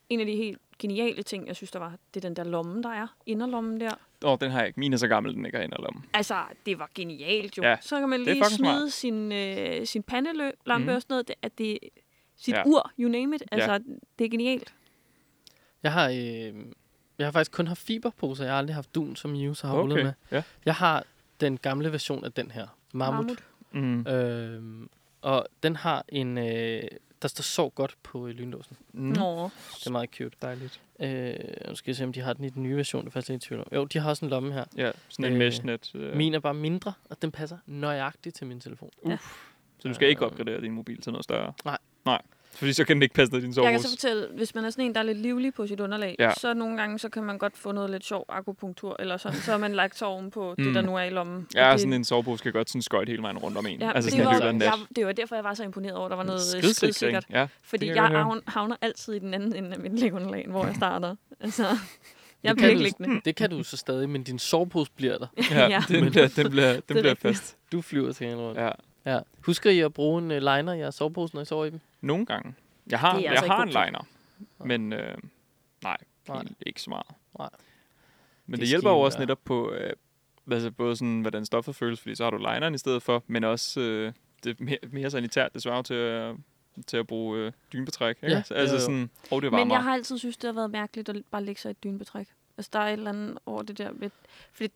C: en af de helt geniale ting, jeg synes, der var, det er den der lomme, der er. Inderlommen der.
B: Åh, den har jeg ikke. Min er så gammel, den ikke har ind eller om.
C: Altså, det var genialt jo. Ja,
B: Ja,
C: så kan man
B: det er
C: lige
B: fucking smart.
C: smide sin, øh, sin pandelampe
B: Mhm.
C: mm. og sådan noget. Det, at det, sit
B: Ja.
C: ja. ur, you name it.
B: Ja.
C: Altså, det er genialt.
A: Jeg har, øh, jeg har faktisk kun haft fiberposer. Jeg har aldrig haft dun, som Muse har rullet med.
B: Ja.
A: Jeg har den gamle version af den her. Mammut.
B: Mm.
A: Mammut. Øh, og den har en... Øh, der står så godt på øh, lynlåsen.
B: Mm.
C: Nå.
A: Det er meget cute.
B: Dejligt.
A: Øh, nu skal jeg se, om de har den i den nye version. Det er jeg faktisk lidt i tvivl om. Jo, de har også en lomme her.
B: Ja, sådan en
A: Øh,
B: øh, meshnet. Øh.
A: Min er bare mindre, og den passer nøjagtigt til min telefon.
B: Så du skal ikke
A: Øh.
B: opgradere din mobil til noget større?
A: Nej.
B: Nej. Fordi så kan den ikke passe ned i din
C: Jeg kan så
B: sovepose.
C: fortælle, hvis man er sådan en, der er lidt livlig på sit underlag,
B: Ja.
C: ja. så nogle gange, så kan man godt få noget lidt sjov akupunktur, eller sådan, så har man lagt sig oven på det,
B: Mm.
C: der nu er i lommen. Og
B: Ja,
C: det-
B: sådan en sovepose kan godt sådan skøjte hele vejen rundt om en.
C: Ja,
B: altså
C: altså,
B: sådan
C: det,
B: en
C: var,
B: løbet af en nat.
C: jeg, det var derfor, jeg var så imponeret over, at der var noget øh,
B: Skridsikker, ikke?
C: skridsikkert.
B: Ja.
C: Fordi
B: kan
C: jeg,
B: jeg godt høre.
C: havn- havner altid i den anden ende af mit lægunderlag, hvor jeg starter. Altså, jeg
A: kan
C: bliver ikke
A: du-
C: liggende.
A: Det kan du så stadig, men din sovepose bliver der.
B: Ja, ja. Den, bliver, den bliver, den bliver
C: rigtigt.
B: fast.
A: Du flyver til en rundt. Ja.
B: Ja.
A: ja. Husker I at bruge en uh, liner i jeres sovepose, når I sover i dem?
B: Nogle gange. Jeg har,
C: Det er
B: jeg
C: altså
B: altså har en
C: ikke god
B: liner, men øh, nej,
A: Nej.
B: nej, ikke så meget.
A: Nej.
B: Men det,
A: Det er
B: det hjælper jo
A: skiven,
B: også
A: der.
B: netop på, øh, altså både sådan, hvordan stoffet føles, fordi så har du lineren i stedet for, men også øh, det er mere, mere sanitært desværre jo til at, til at bruge øh, dynbetræk. Ikke?
A: Ja,
B: Ja, altså
A: jo, jo.
B: sådan, og det
C: Men
B: varmer.
C: jeg
B: Har...
C: har altid synes, det har været mærkeligt at bare lægge sig i et dynebetræk. Altså, der er et eller andet over det der med... Fordi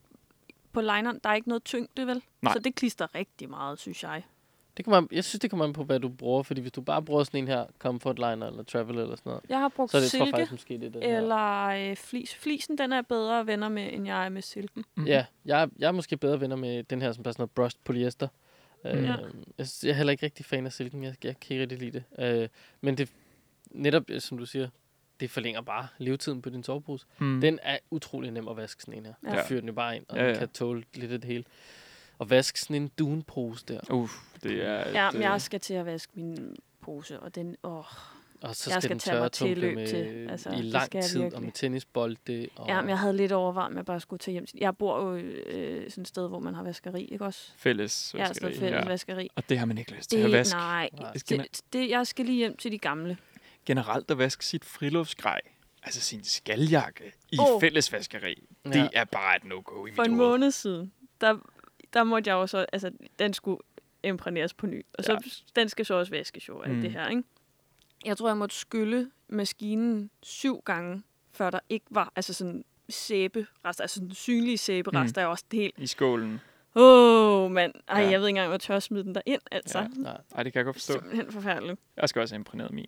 C: på lineren, der er ikke noget tyngde, vel?
B: Nej.
C: Så det klister rigtig meget, synes jeg.
A: Det kan man, jeg synes, det kommer an på, hvad du bruger. Fordi hvis du bare bruger sådan en her comfort liner eller travel eller sådan noget,
C: Jeg har brugt
A: så er det, jeg tror
C: silke
A: faktisk måske, det er den her.
C: eller øh, flis. Flisen, den er jeg bedre venner med, end jeg er med silken.
B: Mm.
A: Ja, jeg, er- jeg er måske bedre venner med den her, som bare er sådan noget brushed polyester. Mm. Øh,
B: Ja.
A: jeg, synes- jeg er heller ikke rigtig fan af silken. Jeg, jeg kan ikke rigtig lide det. Øh, men det netop, øh, som du siger, det forlænger bare levetiden på din sovepose.
B: Mm.
A: Den er utrolig nem at vaske sådan en her.
C: Ja.
A: Ja. Du fyrer den jo bare ind, og
B: Ja,
A: ja, ja.
B: ja.
A: kan tåle lidt af det hele. Og vask sådan en dunpose der.
B: Uff, det er...
C: Ja,
B: et,
C: men
B: øh,
C: jeg skal til at vaske min pose, og den... Åh,
A: Og så
C: Jeg
A: skal,
C: skal
A: den
C: tage mig
A: tørre
C: til
A: tumle
C: løb
A: med
C: til.
A: altså,
C: Altså,
A: i
C: det
A: lang
C: skal jeg
A: tid, og
C: virkelig.
A: med tennisbolde. Og,
C: Ja, men jeg havde lidt overvejet, at jeg bare skulle tage hjem. til- Jeg bor jo øh, sådan et sted, hvor man har vaskeri, ikke også?
B: Fælles.
C: Jeg har sådan et
B: vaskeri,
C: fælles ja. vaskeri.
B: Og det har man ikke lyst til
C: Det,
B: at vaske.
C: nej,
A: Nej.
C: det, det, jeg skal lige hjem til de gamle.
B: Generelt at vaske sit friluftsgrej, altså sin skaljakke, i
C: Åh.
B: oh. fællesvaskeri,
A: Ja.
B: det er bare et no-go i
C: For
B: mit
C: en
B: hoved.
C: måned siden, der, der måtte jeg jo så, altså den skulle imprægneres på ny. Og så,
B: Ja.
C: ja. den skal så også vaskes jo, alt
B: Mm.
C: det her, ikke? Jeg tror, jeg måtte skylle maskinen syv gange, før der ikke var altså sådan sæberester, altså sådan synlige sæberester, mm. er også helt,
B: i skålen.
C: åh oh, mand, ej,
B: Ja.
C: jeg ved ikke engang, hvor jeg tør at smide den der ind, altså.
B: Ja,
C: Ja.
A: Nej,
B: Ej, det kan jeg godt forstå.
C: Simpelthen forfærdeligt.
B: Jeg skal også have imprægneret min.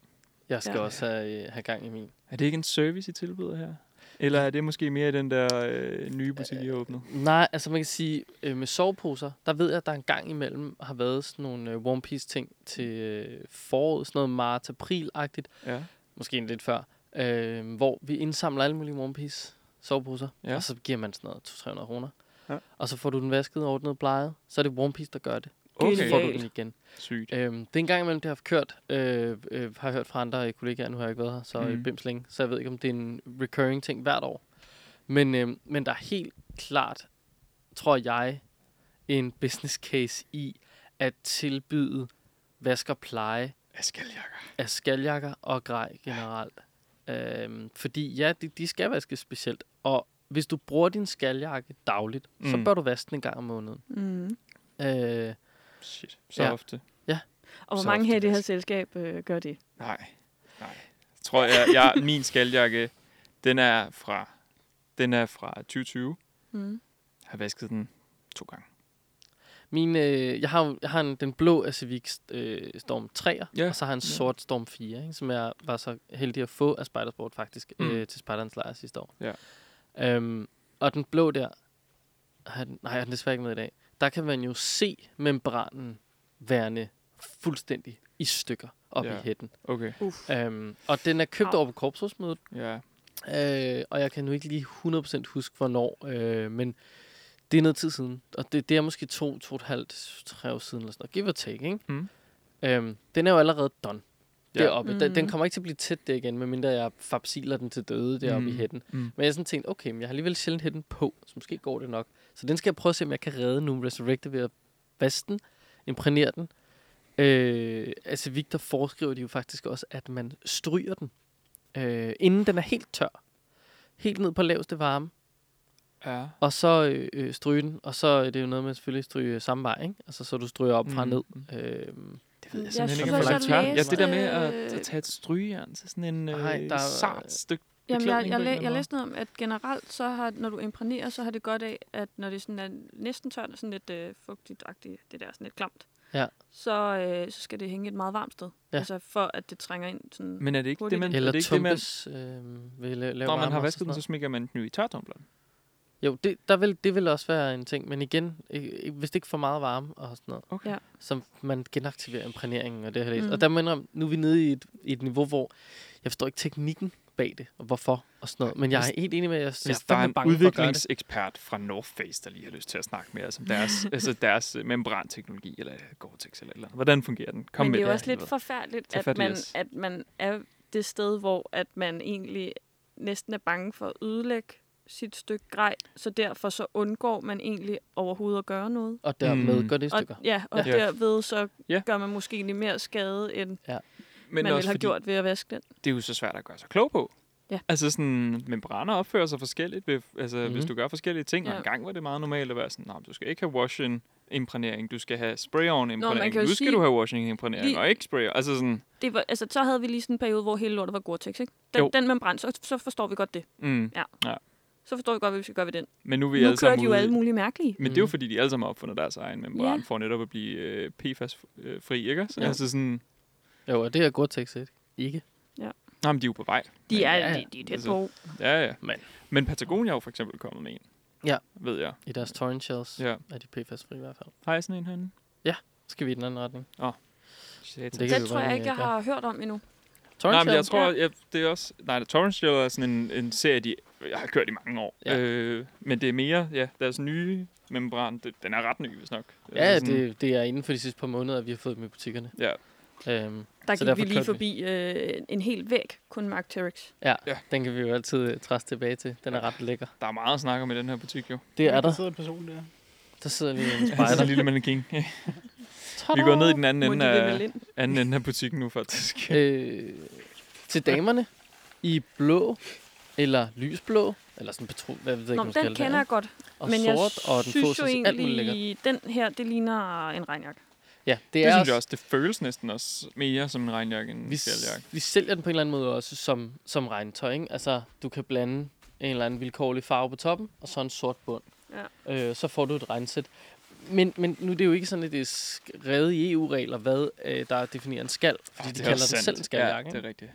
A: jeg skal ja.
C: Ja.
A: også have, øh, have gang i min.
B: Er det ikke en service, I tilbyder her? Eller er det måske mere i den der øh, nye butik, I har åbnet?
A: Nej, altså man kan sige, øh, med soveposer, der ved jeg, at der en gang imellem har været sådan nogle øh, One Piece ting til øh, foråret, sådan noget marts-april-agtigt,
B: Ja.
A: måske en lidt før, øh, hvor vi indsamler alle mulige One Piece soveposer,
B: Ja.
A: ja. og så giver man sådan noget 200-300 kroner.
B: Ja.
A: Ja. Og så får du den vasket, ordnet, plejet, så er det One Piece, der gør det. Så
C: Genialt.
A: får du den igen.
B: Sygt.
A: Øhm, det er en gang imellem, det har kørt. Øh, øh, har jeg hørt fra andre øh, kollegaer, nu har jeg ikke været her, så
B: Mhm.
A: mm. bims længe, så jeg ved ikke, om det er en recurring ting hvert år. Men, øh, men der er helt klart, tror jeg, en business case i at tilbyde vask og pleje
B: Askeljakker.
A: af skaljakker og grej generelt. Øhm, fordi ja, de, de skal vaskes specielt. Og hvis du bruger din skaljakke dagligt, mm.
B: Mm.
A: så bør du vaske den en gang om måneden.
C: Mm.
A: Øh,
B: Shit. Så ja.
A: Ja.
B: ofte.
C: Og hvor
A: Så
C: mange her i det her
A: optimistisk.
C: selskab øh, gør det?
B: Nej. Nej. Jeg tror, jeg, jeg, min skaljakke, den er fra, den er fra 2020.
C: Mm.
B: Jeg har vasket den to gange.
A: Min, øh, jeg har, jo- jeg har en, den blå Acevik øh, Storm 3,
B: Ja.
A: og så har jeg en sort Storm 4, ikke, som jeg var så heldig at få af Spidersport faktisk
B: Mm.
A: mm. øh, til Spiderens lejr sidste år.
B: Ja.
A: Øhm, og den blå der, har den, nej, jeg har den desværre ikke med i dag, der kan man jo se membranen værende fuldstændig i stykker op
B: Ja.
A: i hætten.
B: Okay.
C: Uff.
A: Øhm, og den er købt
C: Au.
A: over på korpsrådsmødet,
B: Ja.
A: Øh, og jeg kan nu ikke lige 100% huske, hvornår, øh, men det er noget tid siden. Og det, det er måske to, to og et halvt, tre år siden, eller sådan noget. Give or take, ikke?
B: Mm.
A: Øhm, den er jo allerede done
B: Ja.
A: deroppe. Den, den
C: Mhm.
A: kommer ikke til at blive tæt der igen, medmindre jeg fapsiler den til døde deroppe
B: Mm.
A: i hætten.
B: Mm.
A: Men jeg har sådan tænkt, okay, men jeg har alligevel sjældent hætten på, så måske går det nok. Så den skal jeg prøve at se, om jeg kan redde nu, resurrecte ved at vaske den, imprægnere den. Øh, altså Victor foreskriver de jo faktisk også, at man stryger den, øh, inden den er helt tør. Helt ned på laveste varme,
B: Ja.
A: og så øh, øh, stryge den. Og så øh, det er jo noget med selvfølgelig at stryge samme vej, ikke? Altså så du stryger op fra
B: Mm.
A: ned. Øh,
B: Det ved jeg
C: Jeg
B: simpelthen ikke,
A: tror,
B: om jeg
A: jeg
B: tør. Ja,
A: læste-
B: det der med at, at tage et strygejern til sådan en
A: Nej,
B: øh,
A: der er-
B: sart stykke
C: Jamen, jeg,
B: beklædning
C: jeg,
B: på en eller
C: læ-
B: anden
C: jeg
B: måde.
C: læste noget om, at generelt, så har, når du imprægnerer, så har det godt af, at når det sådan er næsten tørt, sådan lidt øh, fugtigt-agtigt, det der sådan lidt klamt,
A: Ja.
C: så, øh, så skal det hænge et meget varmt sted.
A: Ja.
C: Altså for, at det trænger ind sådan...
B: Men er det ikke det,
C: Hurtigt.
B: man, er
A: eller
B: det ikke det, man,
A: tumpes øh, vil lave
B: når man
A: varme
B: har
A: og
B: vasket
A: sådan
B: den,
A: noget.
B: så smækker man den jo i tørtumbleren?
A: Jo, det, der vil, det vil også være en ting, men igen, øh, hvis det ikke er for meget varme og sådan noget,
B: Okay.
C: Ja.
A: så man genaktiverer imprægneringen og det her. Mm.
C: Mhm.
A: Og der mener nu er vi nede i et, i et niveau, hvor jeg forstår ikke teknikken bag det, og hvorfor og sådan noget. Men jeg er helt enig med, at jeg, jeg
B: Hvis
A: er
B: Altså, der er
A: fandme
B: en
A: bange for at gøre det.
B: udviklingsekspert fra North Face, der lige har lyst til at snakke med os om deres, altså deres øh, membranteknologi, eller Gore-Tex, eller, et eller andet. Hvordan fungerer den? Kom
C: men
B: med
C: det er jo
B: det.
C: også lidt forfærdeligt,
B: Tag
C: at
B: fat i
C: man,
B: os.
C: at man er det sted, hvor at man egentlig næsten er bange for at ødelægge sit stykke grej, så derfor så undgår man egentlig overhovedet at gøre noget.
A: Og dermed
B: Mm.
A: mm. går det i
C: Og,
A: stykker.
C: ja, og
B: Ja.
C: ja. derved så
B: Ja.
C: ja. gør man måske egentlig mere skade, end
B: Men
C: man
B: også
C: ville have
B: fordi-
C: gjort ved at vaske den.
B: det er jo så svært at gøre sig klog på.
C: Ja.
B: Altså sådan, membraner opfører sig forskelligt, ved, altså, mm. hvis
A: Mhm.
B: du gør forskellige ting. Ja. Og
C: Ja.
B: en gang var det meget normalt at være sådan, nej, du skal ikke have wash-in imprænering, du skal have spray-on
C: man
B: imprænering,
C: kan
B: nu
C: jo
B: skal
C: sige-
B: du have washing imprænering,
C: Lige-
B: og ikke spray Altså sådan,
C: Det var, altså, så havde vi lige sådan en periode, hvor hele lortet var Gore-Tex, ikke? Den,
B: Jo.
C: den membran, så, så forstår vi godt det.
B: mm.
C: Så forstår vi godt, hvad vi skal gøre ved den.
B: men nu er vi
C: nu
B: alle
C: kører
B: sammen
C: de jo
B: ude i-
C: alle mulige mærkelige.
B: Men det er jo
A: Mhm.
B: fordi, de alle sammen har opfundet deres egen membran,
C: Ja.
B: for netop at blive øh, PFAS-fri, ikke? Så,
C: Jo.
B: altså sådan,
A: Jo, og det er Gore-Tex ikke. Ikke.
B: nej, men de er jo på vej.
C: De er,
A: ja,
C: ja,
A: ja.
C: de, de er tæt
B: Altså,
C: på.
B: Ja, ja.
A: Men-
B: men Patagonia er jo for eksempel kommet med en.
A: Ja.
B: Ved jeg.
A: I deres torrent shells
B: Ja.
A: er de PFAS-fri i hvert fald.
B: Har jeg sådan en herinde?
A: Skal vi i den anden retning?
B: Shit.
A: Det kan
C: Den
A: vi
C: tror
A: godt,
C: jeg ikke, jeg
A: øh,
C: har hørt om endnu.
B: Nej,
A: Torrent
B: men jeg
A: shells?
B: tror, jeg, det er også... Nej, Torrent Show er sådan en, en serie, de, jeg har kørt i mange år. Ja.
A: Ja.
B: Øh, men det er mere, ja, deres nye membran, det, den er ret ny, hvis nok.
A: Ja,
B: sådan-
A: det, det er inden for de sidste par måneder, at vi har fået dem i butikkerne.
B: Ja.
A: Øhm,
C: Der
A: Så
C: gik
A: derfor
C: vi lige
A: kørte vi.
C: forbi øh, en hel væg, kun Mark Terex.
A: ja,
B: Ja.
A: ja, den kan vi jo altid øh, træsse tilbage til. Den er ret lækker.
B: Der er meget at snakke om i den her butik, jo.
A: Det er
D: Der
A: der.
D: sidder en person der.
A: Der sidder lige en
B: Bare sådan en
A: spider.
B: lille mannequin. Vi går ned i den anden
C: Må de
B: ende,
C: vil vel
B: af,
C: ind?
B: anden ende af butikken nu, faktisk.
A: øh, til damerne i blå eller lysblå, eller sådan patro, hvad ved jeg
C: Nå,
A: ikke,
C: men
A: man skal
C: den
A: kalde
C: kender jeg
A: det,
C: godt.
A: og
C: men
A: sort,
C: jeg
A: og den
C: synes
A: fås
C: jo
A: alt muligt lækkert.
C: egentlig, den her, det ligner en regnjakke.
A: Ja, det,
B: Det,
A: er
B: det synes
A: også,
B: jeg også, det føles næsten også mere som en regnjakke end
A: Vi,
B: en
A: s-
B: fjeljakke.
A: vi sælger den på en eller anden måde også som, som regntøj. Ikke? Altså, du kan blande en eller anden vilkårlig farve på toppen, og så en sort bund. Ja. Øh, så får du et regnsæt. Men, men nu er det jo ikke sådan, at det er skrevet i EU-regler, hvad øh, der definerer en skal. Fordi de
B: Ah, det er
A: kalder
B: også
A: den
B: sandt.
A: selv en skaljakke.
B: Ja,
A: Ja,
B: det er rigtigt.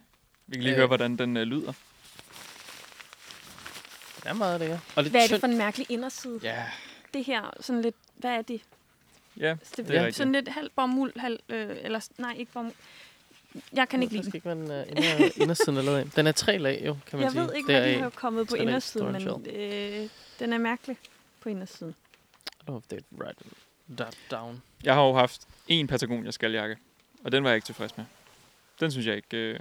B: Vi kan lige
A: Øh.
B: høre, hvordan den øh, lyder.
A: det er meget lækker. Og lidt
C: Hvad er det
A: tynd.
C: for en mærkelig inderside? Ja.
B: Ja,
C: Det her, sådan lidt, hvad er det?
B: ja.
C: Det,
B: Det er
C: det er
B: rigtigt.
C: sådan lidt halv bomuld, halv, øh, eller s- nej, ikke bomuld. Jeg kan ikke lide den.
A: Jeg ved faktisk ikke, hvad den er indersiden eller hvad. Den er tre lag, jo, kan man
C: Jeg
A: sige.
C: ved ikke, hvad de
A: Deraf-
C: har kommet på
A: Tæller ikke
C: indersiden, men
A: storage
C: øh, den er mærkelig på indersiden.
A: I don't know if they write that down.
B: Jeg har jo haft en Patagonia skaljakke, og den var jeg ikke tilfreds med. Den synes jeg ikke øh,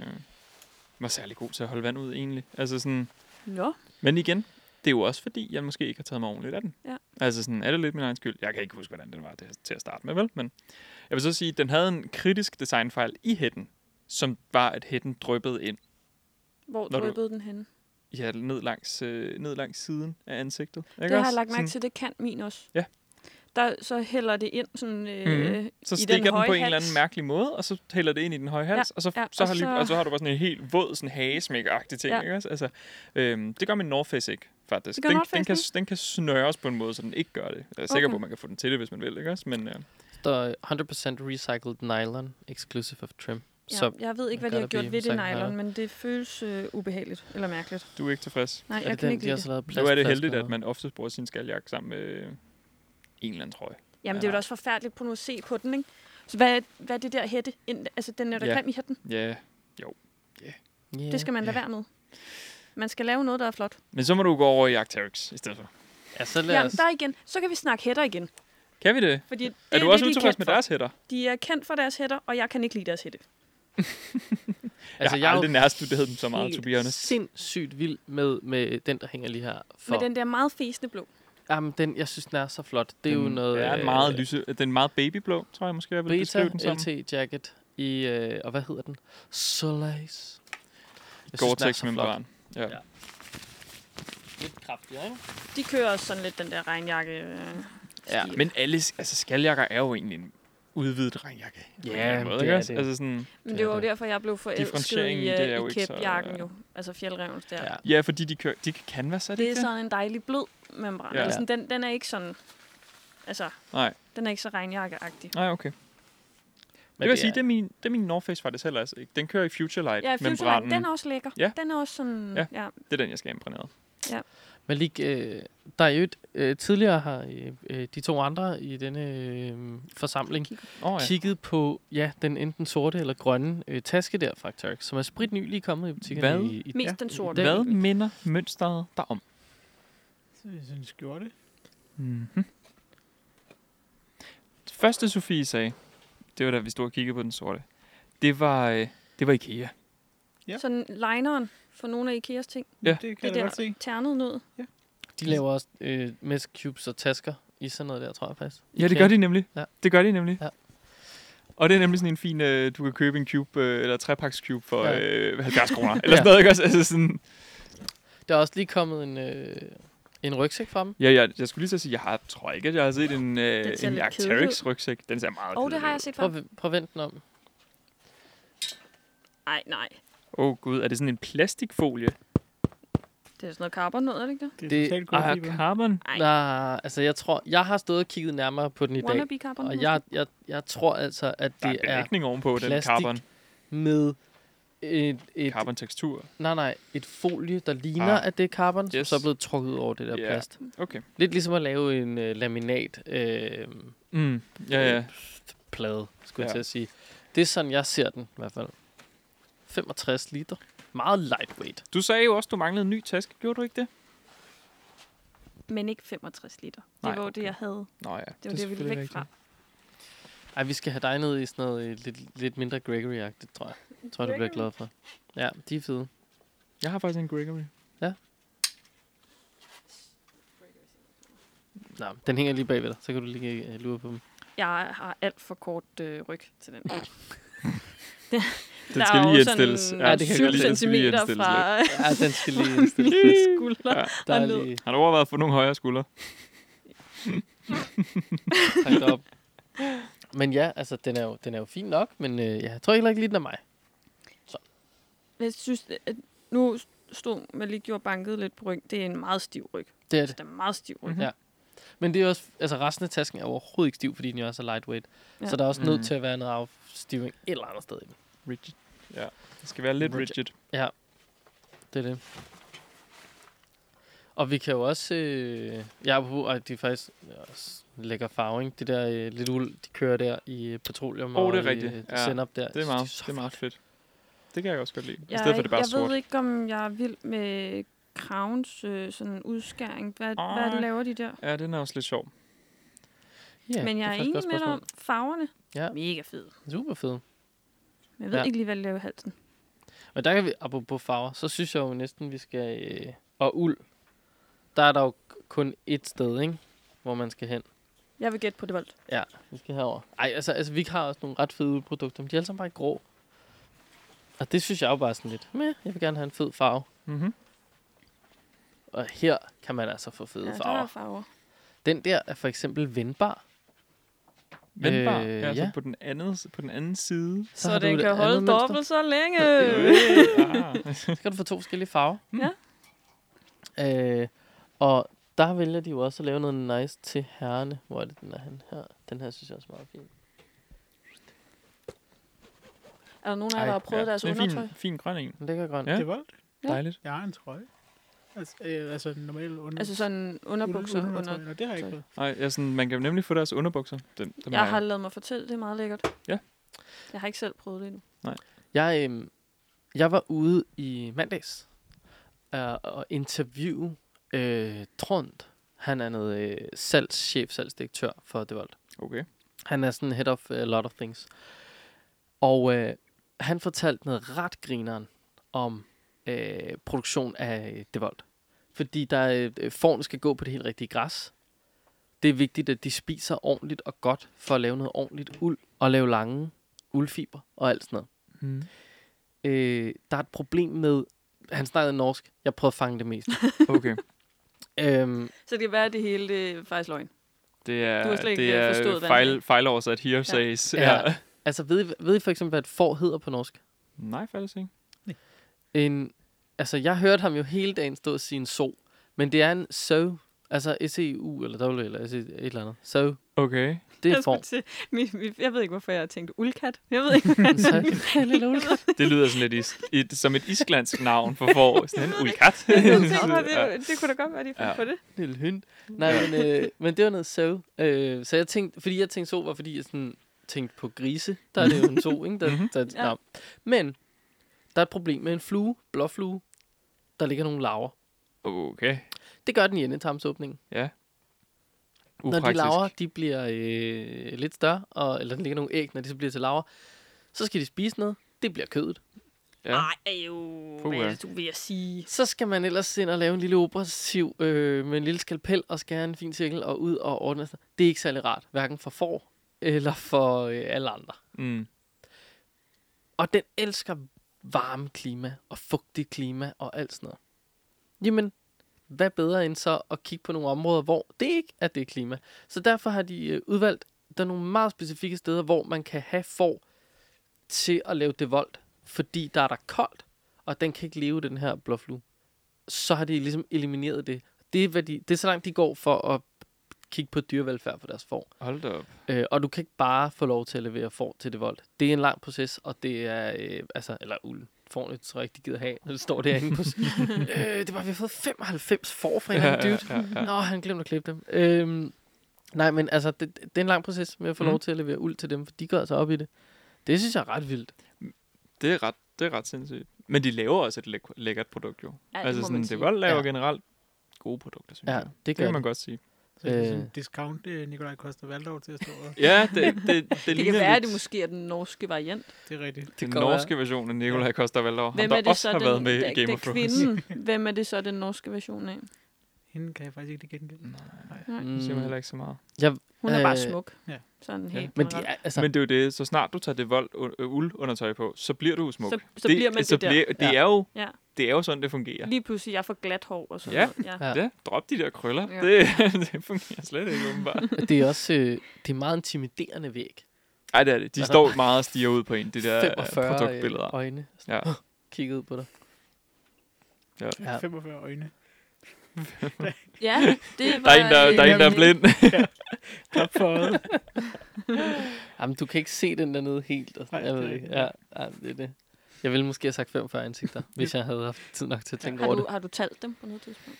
B: var særlig god til at holde vand ud, egentlig. Altså sådan,
C: Nå,
B: men igen, det er jo også fordi, jeg måske ikke har taget mig ordentligt af den.
C: Ja.
B: Altså sådan, er det lidt min egen skyld? Jeg kan ikke huske, hvordan den var det- til at starte med, vel? Men jeg vil så sige, at den havde en kritisk designfejl i hætten, som var, at hætten dryppede ind.
C: hvor
B: Når du-
C: dryppede den henne?
B: Ja, ned langs, øh, ned langs siden af ansigtet. Ikke
C: det har jeg
B: også?
C: lagt mærke
B: Sådan-
C: til, det kan min også.
B: Ja. Mhm.
C: Der, så hælder det ind sådan, øh, mm.
B: Så
C: i den
B: stikker den,
C: høje
B: på en eller anden
C: hals.
B: mærkelig måde, og så hælder det ind i den høje hals, ja, og, så, ja,
C: ja,
B: så,
C: og
B: har lige,
C: så-
B: og så har du bare sådan en helt våd sådan hagesmæk-agtig ting, ja.
C: Ja.
B: ikke også? Altså, øhm, det gør min North Face ikke, faktisk.
C: Det gør
B: den,
C: North Face
B: den, kan,
C: ikke?
B: den kan snøres på en måde, så den ikke gør det. Jeg er sikker
C: Okay.
B: på, at man kan få den til det, hvis man vil, ikke også? Men øh,
A: Der er 100% recycled nylon, exclusive of trim.
C: ja,
A: Så
C: jeg ved ikke, hvad
A: kan
C: de
A: der
C: har gjort
A: blive
C: ved det
A: sagt meget.
C: nylon, men det føles øh, ubehageligt eller mærkeligt.
B: du er ikke tilfreds.
C: Nej,
A: er
C: jeg
A: det
C: kan
A: den,
C: ikke
A: de
C: lide
A: også
C: det.
A: har lavet
B: Nu er det
A: plastflasker
B: heldigt, at
A: med?
B: man ofte bruger sin skaljakke sammen med en eller anden trøje.
C: Jamen, det er jo da også forfærdeligt på nu at se på den, ikke? Så hvad, hvad er det der hætte? ind- Altså, den er jo da
B: Ja.
C: grim i hætten.
B: Ja,
A: Yeah.
C: Det skal man lade
B: Ja.
C: være med. Man skal lave noget, der er flot.
B: men så må du gå over i Arcteryx i stedet for.
A: Ja, så lad
C: Jamen,
A: os...
C: der igen. Så kan vi snakke hætter igen.
B: Kan vi det?
C: Fordi det
B: Er du
C: det,
B: også
C: de
B: utilfreds
C: kendt
B: med
C: for.
B: deres hætter?
C: De er kendt for deres hætter, og jeg kan ikke lide deres hætte.
B: Altså, jeg har aldrig nærstuderet dem så meget,
A: helt
B: to be honest.
A: sindssygt vild med, med den, der hænger lige her. For,
C: Med den der meget fæsende blå.
A: Jamen, den, jeg synes, den er så flot. Det er jo
B: Den
A: noget...
B: er en
A: øh,
B: meget lyse, den er meget babyblå, tror jeg måske, jeg vil
A: Beta
B: beskrive den som.
A: LT jacket i... Øh, og hvad hedder den? Solace. Jeg synes, den er
B: Gore-Tex
A: så flot.
B: membran. Ja.
A: Ja. Lidt kraftigere, ikke?
C: De kører også sådan lidt den der regnjakke. Øh,
A: Ja,
C: stil.
B: Men alle, altså skaljakker er jo egentlig en udvidet regnjakke. på en
A: Ja,
B: eller anden måde,
A: det
B: ikke
A: er
B: også?
A: det.
B: Altså sådan,
C: Men
A: Det
C: det
A: er
C: var jo
A: det.
C: derfor, jeg blev forelsket
B: Differentieringen,
C: i,
B: det er jo
C: øh, i
B: ikke så-
C: kæpjakken jo. Altså fjeldrevens
A: Ja.
C: der. Ja.
B: ja, fordi de, kører, de kan canvas, er det,
C: Det er
B: ikke det?
C: sådan en dejlig blød membran.
B: Ja.
C: Ja. Eller sådan, den, den er ikke sådan... Altså,
B: Nej,
C: den er ikke så regnjakkeagtig.
B: nej, okay. Men det vil jeg sige, det er min, det er min North Face faktisk heller altså ikke. Den kører i Future Light,
C: Ja,
B: membranen.
C: Futureline, den er også lækker.
B: Ja.
C: Den er også sådan...
B: Ja.
C: Ja. ja.
B: Det er den, jeg skal have imprægneret.
A: Malik, øh, der er jo et, øh, tidligere har øh, øh, de to andre i denne øh, forsamling
B: Åh oh,
A: oh, ja.
B: ja.
A: kigget på ja, den enten sorte eller grønne øh, taske der fra Arc'teryx, som er spritny lige kommet i butikkerne
B: Hvad?
A: i, i
C: Mest
B: Ja.
C: den sorte.
A: Den-
B: Hvad minder mønstret dig om?
D: Sådan en skjorte.
B: Mm-hmm. Det første, Sofie sagde, det var da vi stod og kiggede på den sorte, det var, øh, det var Ikea.
D: Ja.
C: Sådan lineren for nogle af Ikeas ting.
B: Ja.
D: Det kan
C: Det
D: jeg da godt se.
C: der ternet nød.
A: De laver også øh, mask cubes og tasker i sådan noget der, tror jeg faktisk.
B: Ja, det
A: Ikea.
B: gør de nemlig. Ja.
A: Ja.
B: Det gør de nemlig. Ja.
A: Ja.
B: Og det er nemlig sådan en fin, øh, du kan købe en cube, øh, eller trepaks cube for
A: Ja.
B: øh, 70 kroner. Eller sådan noget, ikke også? Altså sådan,
A: Der er også lige kommet en, øh, en rygsæk fra dem.
B: ja, ja, jeg skulle lige så sige, jeg har, tror ikke, at jeg har set en, øh,
C: Den ser
B: en
C: lidt kedelig
B: Arcteryx rygsæk. Den ser meget
C: Og
B: kedelig
C: det har
B: ud.
C: jeg set før.
A: Prøv, at- prøv at vente den om.
C: Nej, nej.
B: Åh oh, gud, er det sådan en plastikfolie?
C: Det er sådan noget carbon noget, er det ikke det?
D: Det er
A: Det
D: totalt godt
B: Ah,
D: fiber.
B: carbon.
C: Ej.
A: Nej, altså jeg tror, jeg har stået og kigget nærmere på den i dag.
C: Wannabe carbon.
A: Og jeg, jeg, jeg tror altså, at
B: Der er en
A: det er
B: belægning ovenpå, den
A: plastik.
B: carbon.
A: med et, et,
B: Carbon tekstur.
A: nej, nej, et folie, der ligner,
B: Ah.
A: ah. at det er carbon, yes. som
B: Yes.
A: så er blevet trukket ud over det der
B: Ja.
A: yeah. plast.
B: Okay.
A: Lidt ligesom at lave en øh, laminat øh,
B: Mm. Ja, ja.
A: plade, skulle ja.
B: Ja.
A: jeg til at sige. Det er sådan, jeg ser den i hvert fald. 65 liter. Meget lightweight.
B: Du sagde jo også, du manglede en ny taske. Gjorde du ikke det?
C: Men ikke 65 liter. Det
B: Nej,
C: var jo det,
B: okay.
C: jeg havde.
B: Nå ja, det,
C: Det var det, jeg ville væk fra.
A: Ej, vi skal have dig ned i sådan noget øh, lidt, lidt mindre Gregory-agtigt, tror jeg. Tror, jeg, du bliver glad for. Ja, de er fede.
B: Jeg har faktisk en Gregory.
A: Nå, den hænger lige bagved dig, så kan du lige øh, lure på dem.
C: Jeg har alt for kort øh, ryg til den. den
B: Den skal lige indstilles.
C: Sådan,
B: Ja,
C: ja,
A: det
C: det
A: kan jeg
C: 7
A: godt lide. Den
B: skal lige
C: centimeter
B: indstilles
C: fra
A: Ja, den skal lige indstilles.
C: min skulder.
B: Ja.
A: Der er
C: Og ned.
A: lige
B: Har du overvejet at få nogle højere skuldre?
A: trækket op. Men ja, altså, den er jo, den er jo fin nok, men øh, ja, jeg tror heller ikke lige, den er mig.
C: Jeg synes, at nu stod Malik jo og bankede lidt på ryg. Det er en meget stiv ryg.
A: Det er
C: Altså,
A: det.
C: den er meget stiv ryg.
B: Mhm.
A: Ja. Men det er også, altså resten af tasken er overhovedet ikke stiv, fordi den jo også er lightweight. Ja.
C: Ja.
A: Så der er også
B: Mm.
A: nødt til at være noget afstivning et eller andet sted i den.
B: Rigid. Ja, det skal være lidt
A: Rigid.
B: rigid.
A: Det er det. Og vi kan jo også... Øh, ja, på, og det er faktisk også en lækker farving. Det der øh, lidt uld, de kører der i øh, petroleum
B: Åh, det er
A: og
B: rigtigt.
A: i øh,
B: Ja,
A: sennep der.
B: Det er
A: Jeg
B: meget,
A: synes,
B: det er meget fedt. Det kan jeg også godt lide. I
C: Jeg,
B: stedet for, det bare
C: jeg
B: er sort.
C: ved ikke, om jeg er vild med Crowns øh, sådan udskæring. Hvad,
B: Ej.
C: hvad laver de der?
B: Ja, den er også lidt sjov.
A: så- Ja,
C: Men jeg er,
A: faktisk
C: enig
A: godt
C: med dig
A: spørgsmål.
C: om farverne.
A: Ja.
C: Mega fed.
A: Super fed.
C: Men jeg ved
A: Ja.
C: ja. ikke lige, hvad de laver i halsen.
A: Men der kan vi, apropos farver, så synes jeg jo næsten, vi skal... Øh, og uld. Der er der jo kun ét sted, ikke? Hvor man skal hen.
C: Jeg vil gætte på det voldt.
A: Ja, vi skal herover. Ej, altså, altså vi har også nogle ret fede uldprodukter, men de er alle sammen bare i grå. Og det synes jeg jo bare er sådan lidt, meh, jeg vil gerne have en fed farve.
B: Mm-hmm.
A: Og her kan man altså få fede
C: Ja,
A: ja,
C: der er
A: farver.
C: farver.
A: Den der er for eksempel vendbar.
B: Vendbar.
A: Øh,
B: Øh, altså
A: ja.
B: på, den anden, på den anden side.
C: Så,
A: har
C: så
A: du
C: den
A: et
C: kan
A: andet
C: holde
A: mønster.
C: dobbelt så længe.
B: ah.
A: Så kan du få to forskellige farver.
C: Øh. Ja.
A: Øh, og der vælger de jo også at lave noget nice til herrene. Hvor er det, den er henne her? Den her synes jeg også er meget fin.
C: Er der nogen af jer, der har prøvet deres
B: det er en
C: undertøj?
B: fin, fin grøn en.
A: Den ligger grøn.
B: Ja.
D: Det var det.
C: Ja.
B: Dejligt.
D: Jeg har en trøje. Altså, øh, altså en normal under...
C: Altså sådan underbukser
D: uld-
C: under...
D: undertrøje. Nå, det har jeg ikke
C: tøj.
D: fået.
B: Nej, ja, sådan, man kan nemlig få deres underbukser. Dem, dem
C: Jeg har lavet mig fortælle, det er meget lækkert.
B: Ja.
C: Jeg har ikke selv prøvet det endnu.
A: Jeg, øh, jeg var ude i mandags øh, og interviewe øh, Trond. Han er noget øh, salgschef, salgsdirektør for Devolt.
B: Okay.
A: Han er sådan head of a lot of things. Og øh, han fortalte noget ret grineren om øh, produktion af øh, Devolt. Fordi der øh, forne skal gå på det helt rigtige græs. Det er vigtigt, at de spiser ordentligt og godt for at lave noget ordentligt uld og lave lange uldfiber og alt sådan noget
B: Mm.
A: øh, der er et problem med... Han snakkede norsk. Jeg prøvede at fange det mest.
B: Okay.
A: øhm,
C: Så det kan være, at det hele det er faktisk løgn.
B: Det er,
C: Du har slet ikke,
B: det
C: øh,
B: er
C: forstået, hvad han
B: fejl,
C: er.
B: fejloversat hearsays. Ja.
A: Ja.
B: Ja.
A: altså, ved, I- ved I for eksempel, hvad et får hedder på norsk?
B: Nej, faktisk ikke.
A: En, altså, jeg hørte ham jo hele dagen stå og sige en so, men det er en so, altså S-E-U eller W eller S-E- et eller andet. So,
B: Okay.
A: det er
C: jeg,
A: et får.
C: skulle til, mit, mit, jeg ved ikke, hvorfor jeg har tænkt uldkat. Jeg ved ikke, hvad
A: En so.
C: det
B: Det lyder sådan lidt is, et, som et islandsk navn for får. Sådan en ulkat.
C: er. Det, det kunne da godt være, de fandt
B: Ja.
C: ja. på det.
A: Lille hund. Nej, men, øh, men det var noget so. Øh, så jeg tænkte, fordi jeg tænkte so, var fordi jeg sådan tænkte på grise. Der er det jo en so, ikke? Der,
B: Mhm.
A: der,
C: Ja.
A: ja. Men der er et problem med en flue, blåflue, der ligger nogle laver.
B: Okay.
A: Det gør den i endetarmsåbningen. Når de
B: Upraktisk.
A: laver, de bliver øh, lidt større, og, eller der ligger nogle æg, når de så bliver til laver, så skal de spise noget. Det bliver kødet.
B: Ja.
C: Nej, ja. jo, hvad
B: ja.
C: er det, du vil jeg sige?
A: Så skal man ellers ind og lave en lille operativ øh, med en lille skalpel og skære en fin cirkel og ud og ordne sig. Det er ikke særlig rart, hverken for får eller for øh, alle andre.
B: Mm.
A: Og den elsker varme klima og fugtigt klima og alt sådan noget. Jamen, hvad bedre end så at kigge på nogle områder, hvor det ikke er det klima. Så derfor har de øh, udvalgt, der er nogle meget specifikke steder, hvor man kan have får til at lave det voldt, fordi der er der koldt, og den kan ikke leve den her blåflue. Så har de ligesom elimineret det. Det er, hvad de, det er så langt de går for at kigge på dyrevelfærd for deres får.
B: Hold da op.
A: Øh, og du kan ikke bare få lov til at levere får til det vold. Det er en lang proces, og det er, øh, altså, eller uld, forne tror jeg ikke, de gider have, når det står derinde på. s- øh, det var, vi har fået 95 får fra en ja, dude.
B: ja, ja.
A: Nå, han glemte at klippe dem. Øhm, nej, men altså, det, det er en lang proces med at få
B: Mm.
A: lov til at levere uld til dem, for de går altså op i det. Det synes jeg er ret vildt.
B: Det er ret, det er ret sindssygt. Men de laver også et læk- lækkert produkt, jo.
C: Ja, det
B: altså
C: må
B: sådan,
C: man
B: det
C: sige.
B: godt laver
A: Ja.
B: ja. generelt gode produkter, synes
A: Ja,
B: jeg.
A: det
B: Det kan
A: gør
B: man
A: det.
B: godt sige.
D: Så det er sådan
A: Øh.
D: en discount, øh, Nikolaj Koster Valdov til at stå og...
B: Ja, det, det, det, det
C: Det
B: ligner
C: kan være, at
B: lidt
C: det måske er den norske variant.
D: Det er rigtigt.
B: den
A: kan godt
B: norske version af Nikolaj Koster Valdor, ham,
C: Hvem
B: der
C: er det
B: også
C: så,
B: har
C: den,
B: været med
C: der,
B: i Game
C: der
B: of Thrones.
C: Kvinden, hvem er det så, den norske version af?
D: Hende kan jeg faktisk ikke lige genkende.
B: Det siger mig
A: Mm,
B: heller ikke så meget.
C: Hun er bare
A: Øh,
C: smuk.
D: ja.
C: Sådan
B: Ja.
C: helt
A: men de
C: generelt.
A: er, altså,
B: Så. Men det er jo det, så snart du tager det vold u- øh, uldundertøj på, så bliver du smuk.
C: Så- så bliver man det der.
B: bliver- det,
A: Ja.
B: er jo,
C: Ja.
B: det er jo sådan, det fungerer.
C: Lige pludselig, jeg får glat hår og sådan
B: Ja.
C: noget. Ja.
A: Ja.
B: Ja, drop de der krøller. Ja.
C: Ja.
B: Det, det fungerer slet ikke, åbenbart.
A: det er også øh, det er meget intimiderende væg.
B: Nej, det er det. De
A: Altså,
B: står meget og stiger ud på en, de der øh,
A: 45 øh,
B: produktbilleder.
A: øjne
B: Ja.
A: kigget ud på dig. Ja.
D: 45 øjne.
C: Ja, det var...
B: Der er en, der,
C: øh,
B: der, er, en, der er blind.
D: Klap for øjet.
A: Jamen, du kan ikke se den dernede helt. Og sådan.
D: Nej,
A: Jeg
D: det
A: ved
D: er
A: ikke.
D: rigtigt.
A: Ja, ja, det er det. Jeg ville måske have sagt 45 ansigter, hvis jeg havde haft tid nok til at tænke
C: Har
A: over
C: du,
A: det.
C: har du talt dem på noget tidspunkt?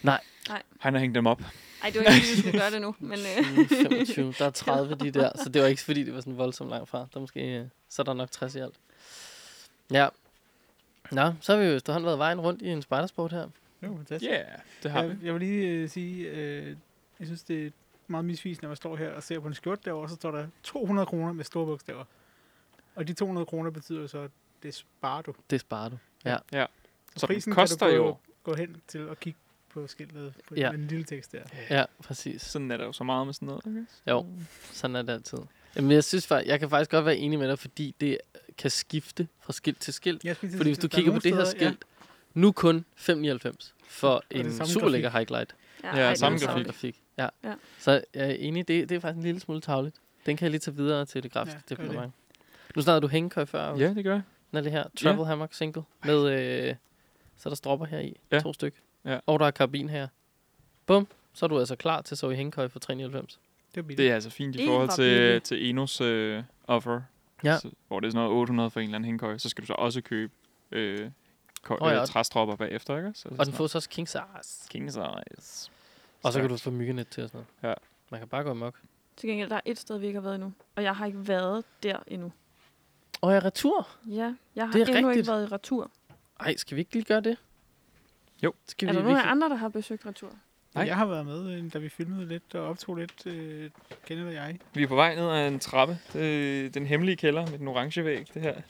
B: Han har hængt dem op.
C: Nej, det var ikke, fordi vi skulle gøre det nu, men... Øh,
A: 20, 25, Mm, der er 30 de der, så det var ikke fordi, det var sådan voldsomt langt fra. Der er måske, øh, så er der nok 60 i alt. Ja. Nå, så har vi jo efterhånden været vejen rundt i en spejdersport her.
D: Det var fantastisk.
B: Ja, yeah, det har vi.
D: Jeg, jeg vil lige øh, sige, øh, jeg synes, det er meget misvisende, når man står her og ser på en skjorte derovre, så står der 200 kroner med store bogstaver. Og de 200 kroner betyder jo så, at det sparer du.
A: Det sparer du. Ja.
B: Så
D: prisen kan du
B: den koster
D: gå-
B: jo.
D: Gå hen til og kig på skiltet på
A: Ja.
D: ja. en lille tekst der.
A: Ja, præcis.
B: Sådan er der jo så meget med sådan noget. Okay.
A: Jo, sådan er det altid. Jamen, jeg, synes, faktisk- jeg kan faktisk godt være enig med dig, fordi det kan skifte fra skilt til skilt.
D: Jeg synes,
A: Fordi hvis
D: der er
A: du kigger på
D: nogle
A: det her
D: steder-
A: skilt, nu kun 5,99 for
D: det er
A: en
D: samme
A: super lækker highlight.
B: Ja,
C: ej, det er
B: samme
C: så-
B: grafik.
A: Ja.
C: Ja.
A: Så jeg er enig, det, det er faktisk en lille smule tavligt. Den kan jeg lige tage videre til det grafiske
D: Ja,
A: ja,
D: gør det.
A: departement. Nu snakker du hængekøj før, og
B: Ja, det gør jeg.
A: den er det her Travel Hammock single med, øh, så er der stropper her i,
B: Ja.
A: to styk.
B: Ja.
A: Og der er karabin her. Bum, så er du altså klar til at sove i hængekøj for 93.
D: Det er billigt.
B: Det er altså fint i
C: Det
B: forhold
C: var
B: til,
C: billigt.
B: til Enos øh, offer.
A: Ja.
B: Så, hvor det er sådan noget 800 for en eller anden hængkøj. Så skal du så også købe øh, kø-
A: Åh,
B: oh,
A: ja.
B: ja. træstropper bagefter, ikke? Så,
A: Og den får så også king size.
B: King size.
A: Og så kan du
B: Stærkt.
A: få myggenet til og sådan noget.
B: Ja.
A: Man kan bare gå amok.
C: Til gengæld, der er et sted, vi ikke har været endnu. Og jeg har ikke været der endnu.
A: Og jeg retur.
C: Ja, jeg har
A: Det er
C: endnu
A: rigtigt.
C: ikke været i retur.
A: Ej, skal vi ikke lige gøre det?
B: Jo.
A: Skal
C: Er
A: vi
C: der nogen af jer
A: virkelig-
C: andre, der har besøgt retur?
B: Nej.
D: Jeg har været med, øh, da vi filmede lidt og optog lidt, øh, Kenneth og jeg.
B: Vi er på vej ned ad en trappe. Det er den hemmelige kælder med den orange væg, det her.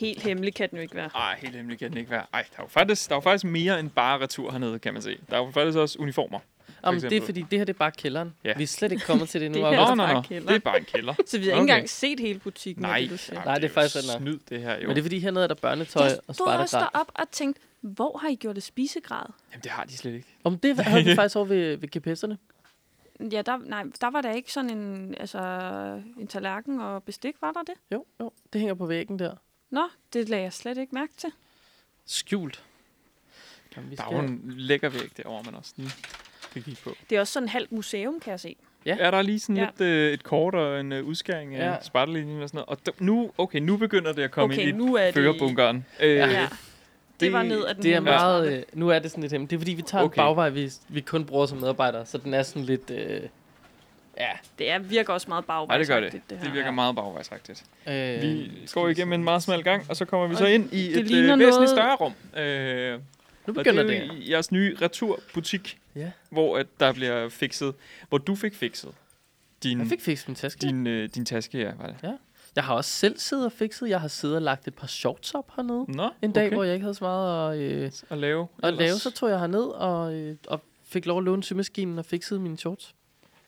C: Helt hemmelig kan den jo ikke være.
B: Ej, helt hemmelig kan den ikke være. Ej, der er jo faktisk, der er jo faktisk mere end bare retur hernede, kan man se. Der er jo faktisk også uniformer.
A: Jamen, det er
B: eksempel.
A: fordi, det her det er bare kælderen.
B: Ja.
A: Vi er slet ikke kommet til det nu.
C: Det
A: er
C: her-
A: vi?
B: Nå,
C: altså
B: nå,
C: bare
B: nå.
C: kælder.
B: Det er bare en kælder.
C: Så vi har
B: Okay.
C: ikke engang set hele butikken. er
B: Nej,
C: det, du siger.
A: Nej, det er
B: jo
A: faktisk rigtig nok.
B: snyd, det her jo.
A: Men det er fordi, hernede er der børnetøj
C: Jeg
A: og
C: stod også
A: spejdergrej.
C: derop og tænkte, hvor har I gjort det spisegrad?
B: Jamen, det har de slet ikke.
A: Om det havde vi faktisk over ved, ved GPS'erne.
C: Ja, der, nej, der var der ikke sådan en, altså, en tallerken og bestik, var der det?
A: Jo, jo. Det hænger på væggen der.
C: Nå, det lagde jeg slet ikke mærke til.
A: Skjult. Jamen, vi
B: Der er jo en lækker væg derovre, man også lige kan kigge på.
C: Det er også sådan et halvt museum, kan jeg se.
B: Ja. Er der lige sådan
C: Ja.
B: lidt øh, et kort og en øh, udskæring af
A: Ja.
B: ja. spartelinjen og sådan noget? Og d- nu, okay, nu begynder det at komme
C: Okay,
B: ind i
C: nu er det...
B: førerbunkeren. Øh,
C: Ja, det var ned ad den
A: det er
C: hemmelige
A: meget...
C: trappe.
A: Øh, nu er det sådan lidt hemmeligt. Det er fordi, vi tager okay. en
B: Okay.
A: bagvej, vi, vi kun bruger som medarbejdere. Så den er sådan lidt... Øh, ja.
C: Det er, virker også meget
B: Nej, det
C: bagvejsagtigt,
B: gør det. Det,
C: her.
B: virker
A: Ja.
B: meget bagvejsagtigt.
A: Øh,
B: Vi går igennem en meget smal gang, og så kommer vi
C: Og
B: så ind i
C: det
B: et øh,
C: ligner
B: væsentligt
C: noget-
B: større rum. Øh,
A: Nu
B: og
A: begynder
B: det.
A: det.
B: er jo i jeres nye returbutik,
A: Ja.
B: hvor at der bliver fikset, hvor du fik fikset din,
A: Jeg fik fikset min taske.
B: din, øh, din taske her, var det?
A: Jeg har også selv siddet og fikset. Jeg har siddet og lagt et par shorts op hernede.
B: Nå,
A: En dag, okay.
B: okay.
A: hvor jeg ikke havde så meget at, øh,
B: At lave.
A: at
B: ellers.
A: lave, så tog jeg herned og, øh, og fik lov at låne symaskinen og fiksede mine shorts.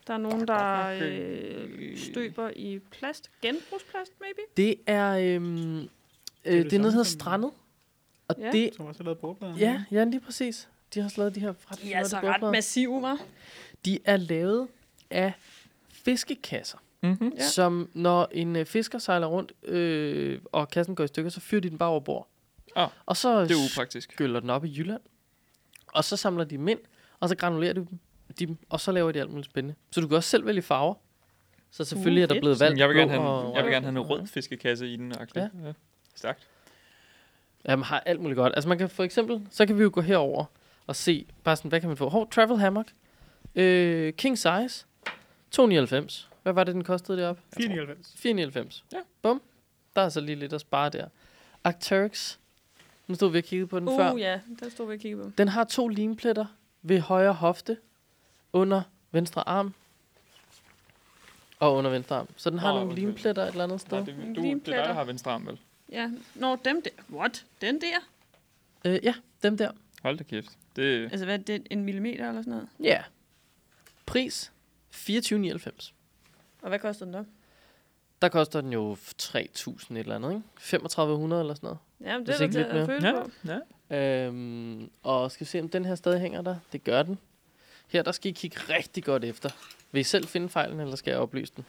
C: Der er nogen, der
B: godt nok, øh,
C: øh, støber i plast. Genbrugsplast, maybe?
A: Det er, øhm, øh, det, er det er
D: samme
A: noget, der hedder
D: som-
A: Strandet. Og
C: Ja.
A: det,
D: Som også har lavet bordpladerne.
A: ja, ja, lige præcis. De har også lavet de her ret
C: De er
A: flotte
C: altså ret
A: bordplader.
C: massive, hva'?
A: De er lavet af fiskekasser,
B: Mm-hmm.
C: Ja.
A: ja. som når en øh, fisker sejler rundt, øh, og kassen går i stykker, så fyrer de den bare over bord.
B: Ah,
A: og så
B: Det er upraktisk.
A: skyller den op i Jylland, og så samler de dem ind, og så granulerer de dem, de dem, og så laver de alt muligt spændende. Så du kan også selv vælge farver. Så selvfølgelig
C: Uh,
A: er der
C: fedt.
A: blevet
B: Sådan,
A: valgt
B: jeg, vil gerne
A: blå
B: have, en-
A: og
B: jeg vil
A: rød.
B: gerne have en rød fiskekasse i den. Ja. ja. Stærkt.
A: Jamen, har alt muligt godt. Altså, man kan for eksempel, så kan vi jo gå herover og se, bare sådan, hvad kan man få? Hov, Travel Hammock, øh, King Size, 299. Hvad var det, den kostede deroppe?
D: 94.
A: 499.
B: Ja.
A: Bum. Der er så lige lidt at spare der. Arcturix. Nu stod vi og kiggede på den før.
C: Uh, ja, der stod vi og kiggede på.
A: Den har to limpletter ved højre hofte, under venstre arm og under venstre arm. Så den har
B: Nå,
A: nogle
B: undskyld.
A: limpletter et eller andet
B: Nej,
A: sted.
B: det,
C: en
B: du,
C: fin
B: det er dig, der
C: platter.
B: har venstre arm, vel?
C: Ja, når dem der... What? Den der?
A: Øh, ja, dem der.
B: Hold da kæft. Det,
C: Altså, hvad er det? En millimeter eller sådan noget?
A: Ja. Yeah. Pris 24,99.
C: Og hvad koster den da?
A: Der koster den jo 3.000 et eller andet, ikke? 3500 eller sådan noget.
C: Ja, det
A: Hvis
C: er da
A: ikke
C: til
A: lidt mere.
C: at føle
B: ja,
C: på.
B: ja.
A: Øhm, og skal vi se, om den her stadig hænger der? Det gør den. Her, der skal I kigge rigtig godt efter. Vil I selv finde fejlen, eller skal jeg oplyse den?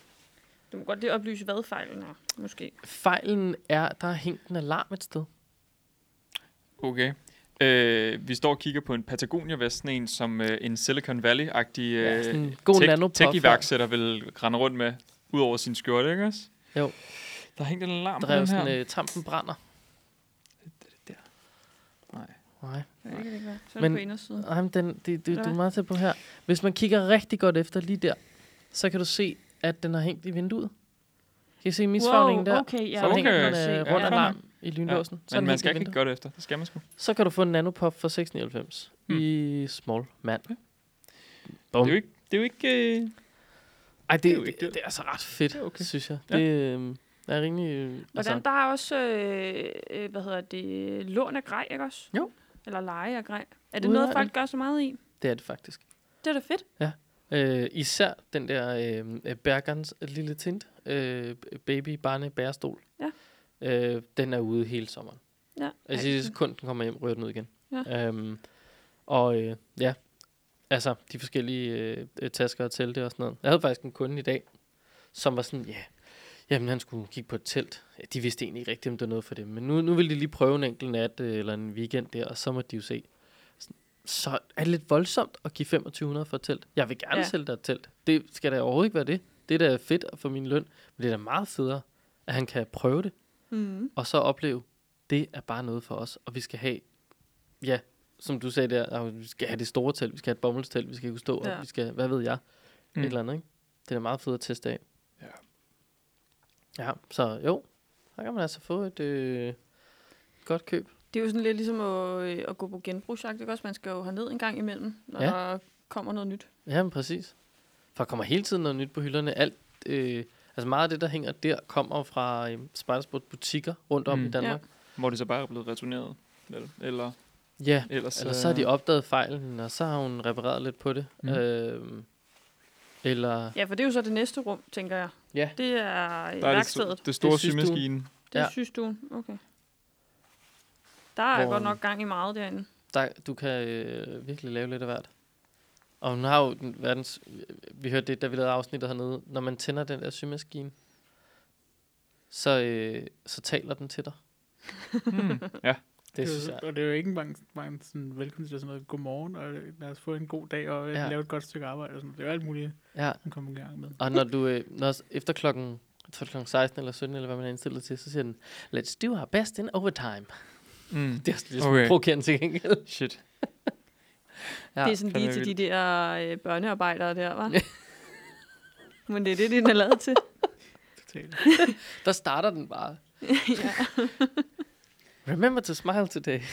C: Du må godt lige oplyse, hvad fejlen er, måske.
A: Fejlen er, der er hængt en alarm et sted.
B: Okay. Øh, vi står og kigger på en Patagonia-vest, sådan en som øh, en Silicon Valley-agtig
A: Ja, sådan
B: øh,
A: en god
B: tech-
A: nanopop-
B: tech-iværksætter vil rende rundt med, ud over sin skjorte, ikke også?
A: Jo.
B: Der hængte en alarm
A: Der
B: på
A: er jo
B: den her.
A: sådan, øh, tampen brænder.
B: Nej.
A: Nej,
C: Ja, det kan det ikke være. Så er
A: Men-
C: det på indersiden.
A: Ej, men den, det, det,
C: Eller
A: du er
C: hvad?
A: meget tæt på her. Hvis man kigger rigtig godt efter lige der, så kan du se, at den har hængt i vinduet. Kan I se misfarvningen der?
C: okay, ja.
A: Så
B: okay.
A: hænger den
B: Se,
A: øh,
B: ja.
A: rundt
B: Ja.
A: alarm i lynlåsen. Ja.
B: Men man skal ikke gøre det efter. Det skal man sgu.
A: Så kan du få en nanopop for 6,99
B: Hmm.
A: i small man.
B: Ja.
A: Bum.
B: Det er jo ikke... Det er jo ikke øh,
A: Ej, det,
B: det er jo
A: det,
B: ikke
A: det,
B: det.
A: det er altså ret fedt,
B: Det er okay.
A: okay. synes jeg.
B: Ja.
A: Det øh, er rimelig... Øh,
C: Hvordan,
A: altså,
C: der er også, øh, øh, hvad hedder det, lån af grej, ikke også?
A: Jo.
C: Eller leje af grej. Er det
A: Udlejning.
C: noget, folk gør så meget i?
A: det er det faktisk.
C: Det er da fedt.
A: Øh, især den der øh, Bergans lille tint, øh, baby barne bærestol.
C: Ja.
A: Øh, den er ude hele sommeren.
C: Ja.
A: Altså i det sekund, den kommer hjem, ryger den ud igen.
C: Ja.
A: Øhm, og øh, ja, altså de forskellige øh, øh, tasker og telte og sådan noget. Jeg havde faktisk en kunde i dag, som var sådan, ja, jamen han skulle kigge på et telt. Ja, de vidste egentlig ikke rigtigt, om det var noget for dem. Men nu, nu vil de lige prøve en enkelt nat øh, eller en weekend der, og så må de jo se. Sådan, Så er det lidt voldsomt at give 2500 for et telt. Jeg vil gerne
C: Ja.
A: ja. sælge dig et telt. Det skal da overhovedet ikke være det. Det er da fedt for min løn. Men det er da meget federe, at han kan prøve det
C: Mm.
A: og så opleve, det er bare noget for os, og vi skal have, ja, som du sagde der, ah, vi skal have det store telt, vi skal have et bommelstelt, vi skal kunne stå, ja.
C: Ja.
A: og vi skal, hvad ved jeg, mm.
B: Mm.
A: et eller andet, ikke? Det er da meget fedt at teste af.
B: Ja.
A: Ja, så jo, der kan man altså få et øh, godt køb.
C: Det er jo sådan lidt ligesom at, øh, at gå på genbrugsjagt, ikke også? Man skal jo have ned en gang imellem, når
A: Ja.
C: ja. der kommer noget nyt.
A: Ja, men præcis. For der kommer hele tiden noget nyt på hylderne. Alt, øh, altså meget af det, der hænger der, kommer fra øh, Spejdersport butikker rundt om mm.
B: Mm.
A: i Danmark.
B: hvor det så bare er blevet returneret. Eller, eller
A: Ja, ja
B: ellers...
A: Eller så har
B: øh,
A: de opdaget fejlen, og så har hun repareret lidt på det. Mm.
B: Mm.
A: Øhm, eller
C: Ja, for det er jo så det næste rum, tænker jeg.
A: Ja.
C: Det
B: Der
C: er øh,
B: er det, sto-
C: værkstedet.
B: det store
A: Det synes du-
B: symaskine.
C: Det
A: Ja.
C: er ja. systuen. Okay. Der er
A: Hvor,
C: godt nok
A: øhm,
C: gang i meget derinde.
A: der, du kan øh, virkelig lave lidt af hvert. Og hun har jo den verdens... Vi hørte det, da vi lavede afsnittet hernede. Når man tænder den der symaskine, så, øh, så taler den til dig.
B: Hmm. Ja.
A: Det
D: er jo
A: synes
D: så-
A: jeg.
D: Og det er jo ikke engang mange sådan velkomst og sådan noget. Godmorgen, og øh, lad os få en god dag, og
A: Ja.
D: ja. lave et godt stykke arbejde. Og sådan. noget. Det er jo alt muligt,
A: Ja,
D: man kommer i gang med.
A: og når du... Øh, når, efter klokken, jeg tror, det er klokken 16 eller 17, eller hvad man er indstillet til, så siger den, let's do our best in overtime.
B: Mm.
A: Det er også lidt okay.
B: Okay.
A: provokerende til gengæld.
B: Shit.
A: Ja,
C: Ja, det er sådan
B: fandme
C: lige til de der øh, børnearbejdere der, var. Men det er det, den er lavet til.
D: Totalt.
A: Der starter den bare.
C: ja.
A: Remember to smile today.
D: Det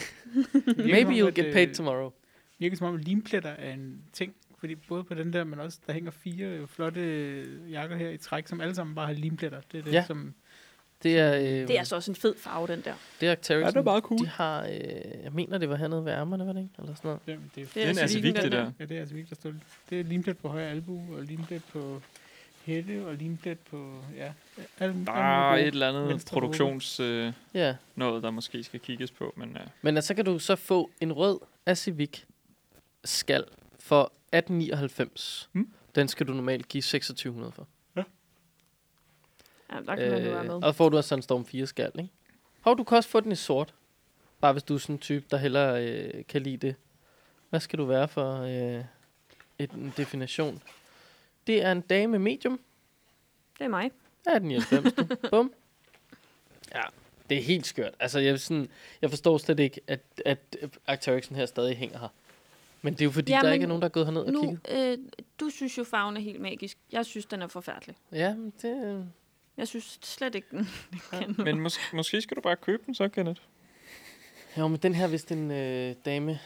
D: virker
A: Maybe
D: som om,
A: you'll
D: at,
A: get
D: øh,
A: paid tomorrow.
D: Det virker som om, at limpletter er en ting. Fordi både på den der, men også, der hænger fire øh, flotte øh, jakker her i træk, som alle sammen bare har limpletter. Det er det,
A: Ja.
D: ja. som...
A: Det er, øh,
C: Det er altså også en fed farve, den der.
A: det er Terrorist.
B: meget cool.
A: De har, øh, jeg mener, det var hernede ved ærmerne, var det ikke? Eller sådan noget.
D: Det, det, det,
C: Det
B: Den er altså
C: Civiken,
B: vigtig, det
C: den
B: der.
D: Ja, det er altså virkelig stort. Det er limplet på højre albu, og limplet på hætte, og limplet på... Ja, alle,
B: Der er et eller andet
D: Venstre
B: produktions... Øh,
A: Ja.
B: noget, der måske skal kigges på, men øh,
A: Men altså, så kan du så få en rød af Civic skal for 1899.
B: Mm.
A: Den skal du normalt give 2600 for.
C: Ja, der kan øh, man jo være med.
A: og får du også sådan en Storm 4 skal, ikke? Hov, du kan også få den i sort. Bare hvis du er sådan en type, der hellere øh, kan lide det. Hvad skal du være for øh, et, en definition? Det er en dame medium.
C: Det er mig.
A: Ja, den 90. Bum. Ja, det er helt skørt. Altså, jeg, er sådan, jeg forstår slet ikke, at, at Arcturixen her stadig hænger her. Men det er jo fordi,
C: Ja,
A: ja, der
C: men
A: ikke er nogen, der er gået herned og
C: Nu,
A: kigget.
C: øh, du synes jo, farven er helt magisk. Jeg synes, den er forfærdelig.
A: Ja, men det...
C: Jeg synes slet ikke, den kan noget.
B: men mås- måske skal du bare købe den så, Kenneth.
A: Jo, men den her er vist en øh, dame...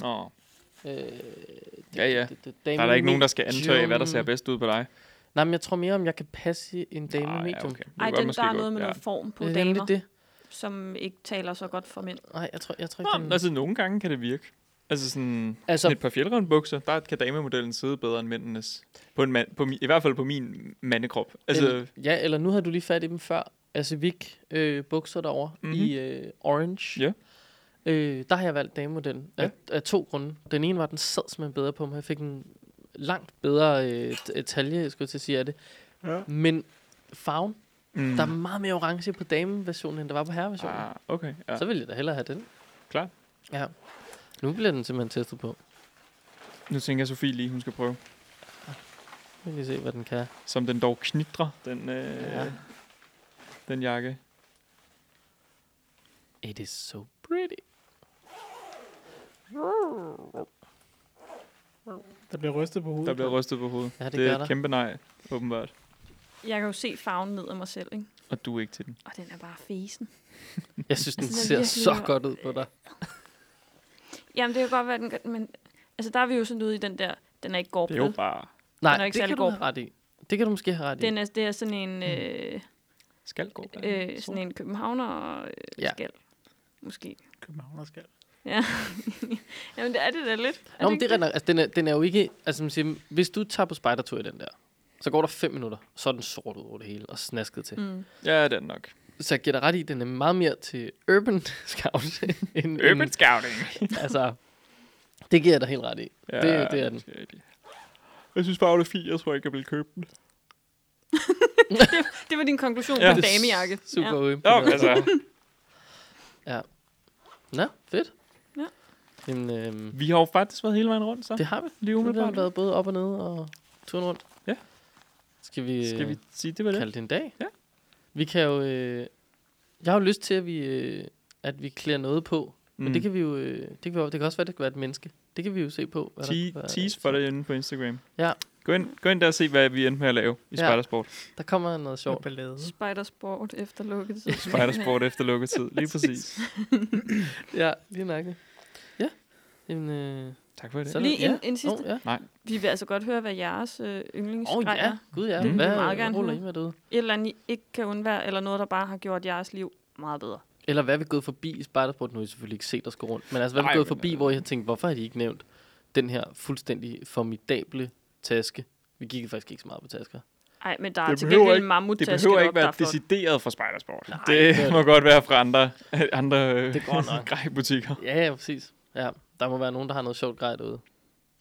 B: Nå,
A: Øh,
B: Ja, ja.
A: d- d- d-
B: der
A: dame
B: er der ikke nogen, der skal
A: medium.
B: antage, hvad der ser bedst ud på dig.
A: Nej, men jeg tror mere, om jeg kan passe en dame
B: Ah,
A: medium.
B: Ja, okay. Det
C: Ej,
B: kunne godt
C: den,
B: måske
C: der er
B: gå.
C: noget med
B: ja.
C: noget form på
A: Det er
C: damer,
A: nemlig det.
C: som ikke taler så godt for mænd.
A: Nej, jeg tror, jeg tror ikke,
B: Nå, men altså, nogle gange kan det virke. Altså sådan,
A: Altså-
B: altså, sådan et par fjeldrønbukser, der kan damemodellen sidde bedre end mændenes. På en mand, på min, I hvert fald på min mandekrop. Altså,
A: den, ja, eller nu havde du lige fat i dem før. Altså Vic øh, bukser derovre mm-hmm.
B: Mhm.
A: i øh, orange.
B: Ja.
A: Øh, der har jeg valgt damemodellen af, af to grunde. Den ene var, at den sad simpelthen bedre på mig. Jeg fik en langt bedre øh, t- øh, talje, skulle jeg til at sige, af det.
D: Ja.
A: Men farven.
B: Mm.
A: Der er meget mere orange på dameversionen, end der var på herreversionen.
B: ah, okay. Ja.
A: Så ville jeg da hellere have den.
B: Klart.
A: Ja. Nu bliver den simpelthen testet på.
B: Nu tænker Sofie lige, hun skal prøve.
A: Vi kan se, hvad den kan.
B: Som den dog knitrer, den, øh,
A: Ja.
B: ja. den jakke.
A: It is so pretty.
D: Der bliver rystet på hovedet.
B: Der bliver rystet på hovedet.
A: Ja, det
B: Uh. det
A: gør
B: er
A: der.
B: et kæmpe nej, åbenbart.
C: Jeg kan jo se farven ned af mig selv, ikke?
B: Og du er ikke til den.
C: Og den er bare fesen.
A: Jeg synes, den
C: Altså, den er
A: ser
C: virkelig
A: så
C: god.
A: godt ud på dig.
C: Jamen, det kan godt være, den gør, men... Altså, der er vi jo sådan ude i den der... Den er ikke
B: Det er jo
C: gårdpil.
B: bare
A: Nej,
C: er ikke
A: det kan
C: særlig
A: du
C: god.
A: have ret i. Det kan du måske have ret i.
C: Den er, det er sådan en,
B: Mm.
C: øh,
B: skal gå.
C: øh, sådan en københavner øh,
A: Ja.
C: ja. skal. Måske.
D: Københavnerskal.
C: Ja. Jamen, det er det da lidt. Er
A: Nå, men det er
C: ikke
A: rent nok. altså, den, er, den er jo ikke... Altså, man siger, hvis du tager på spejdertur i den der, så går der fem minutter, så er den sort ud over det hele og snasket til. Mm.
C: Mm.
B: Ja, det er den nok.
A: Så jeg giver dig ret i, den er meget mere til urban scout. end,
B: Urban scouting.
A: End, altså, det giver jeg dig helt ret i.
B: Ja,
A: Det- det er den.
B: det rigtigt. Jeg synes bare, det er fint. Jeg tror ikke, jeg vil købe den.
C: Det var din konklusion
B: Ja.
C: ja. på en
A: Det er
C: damejakke.
A: Super
C: Ja.
A: ja.
B: Nå, altså.
A: Nå, fedt.
C: Ja.
A: Jamen, øhm,
B: Vi har jo faktisk været hele vejen rundt, så.
A: det har vi.
B: lige
A: Vi har
B: umiddelbart.
A: været både op og ned og turen rundt.
B: Ja.
A: Skal vi,
B: Skal vi
A: øh,
B: sige, det var det?
A: kalde det en dag?
B: Ja.
A: Vi kan jo... Øh, jeg har jo lyst til, at vi, øh, at vi klæder noget på,
B: Mm.
A: Men det kan vi jo, øh, det kan, vi, jo- det kan også være, det kan være et menneske. Det kan vi jo se på. hvad der
B: Te-
A: kan være-
B: tease for det inde på Instagram.
A: Ja.
B: Gå ind, gå ind der og se, hvad vi endte med at lave i
A: Ja.
B: Spidersport.
A: Der kommer noget
D: Sjov.
A: sjovt.
D: Ballade.
C: Spidersport efter lukketid.
B: Spidersport efter lukketid. Lige præcis.
A: Ja, lige nøjagtigt. Ja. Jamen, øh,
B: Tak for det.
A: så er
C: Lige
A: det-
C: en- en sidste.
A: Åh, ja.
C: Vi vil altså godt høre, hvad jeres øh,
A: Oh,
C: yndlingsgrej
A: ja.
C: er.
A: Gud, ja.
B: Mm.
A: Mm.
B: Det vil
A: Hvad
C: vi meget gerne
A: ruller I
C: høre.
A: med derude?
C: Et eller andet, I ikke kan undvære, eller noget, der bare har gjort jeres liv meget bedre.
A: Eller hvad er vi gået forbi i Spidersport? Nu har I selvfølgelig ikke set os gå rundt. Men altså, hvad er
B: Ej,
A: vi gået
B: men,
A: forbi,
B: øh,
A: hvor jeg tænkte, hvorfor har de ikke nævnt den her fuldstændig formidable taske? Vi gik faktisk ikke så meget på tasker.
C: Nej, men der er
B: Det
C: til
B: behøver
C: gengæld
B: ikke-
C: en mammut
B: Det behøver ikke være decideret fra Spidersport.
A: Nej,
B: det
A: det er
B: må godt være fra andre, andre øh,
A: Det er godt nok.
B: grejbutikker.
A: Ja, ja, præcis. Ja, der må være nogen, der har noget sjovt grej derude.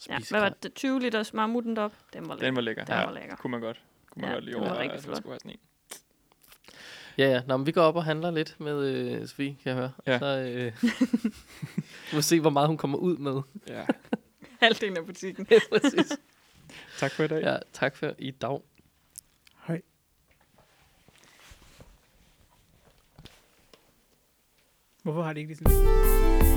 C: Ja,
A: Spisegraj.
C: hvad var det? 20 liters mammuten deroppe? Den var
B: Den
C: lækker.
B: var lækker.
C: Den var lækker.
B: Kunne man godt. Kunne man
C: Ja,
B: godt lige
C: den var
B: overveje,
C: rigtig
B: at man
C: flot.
B: skulle have sådan en.
A: Ja, ja. Nå, men vi går op og handler lidt med øh, Sofie, kan jeg høre.
B: Ja.
A: Så øh, må se, hvor meget hun kommer ud med.
B: Ja.
C: Halvdelen af butikken.
A: Ja, Præcis.
B: Tak for i dag.
A: Ja, tak for i dag.
D: Hej. Hvorfor har de ikke det sådan?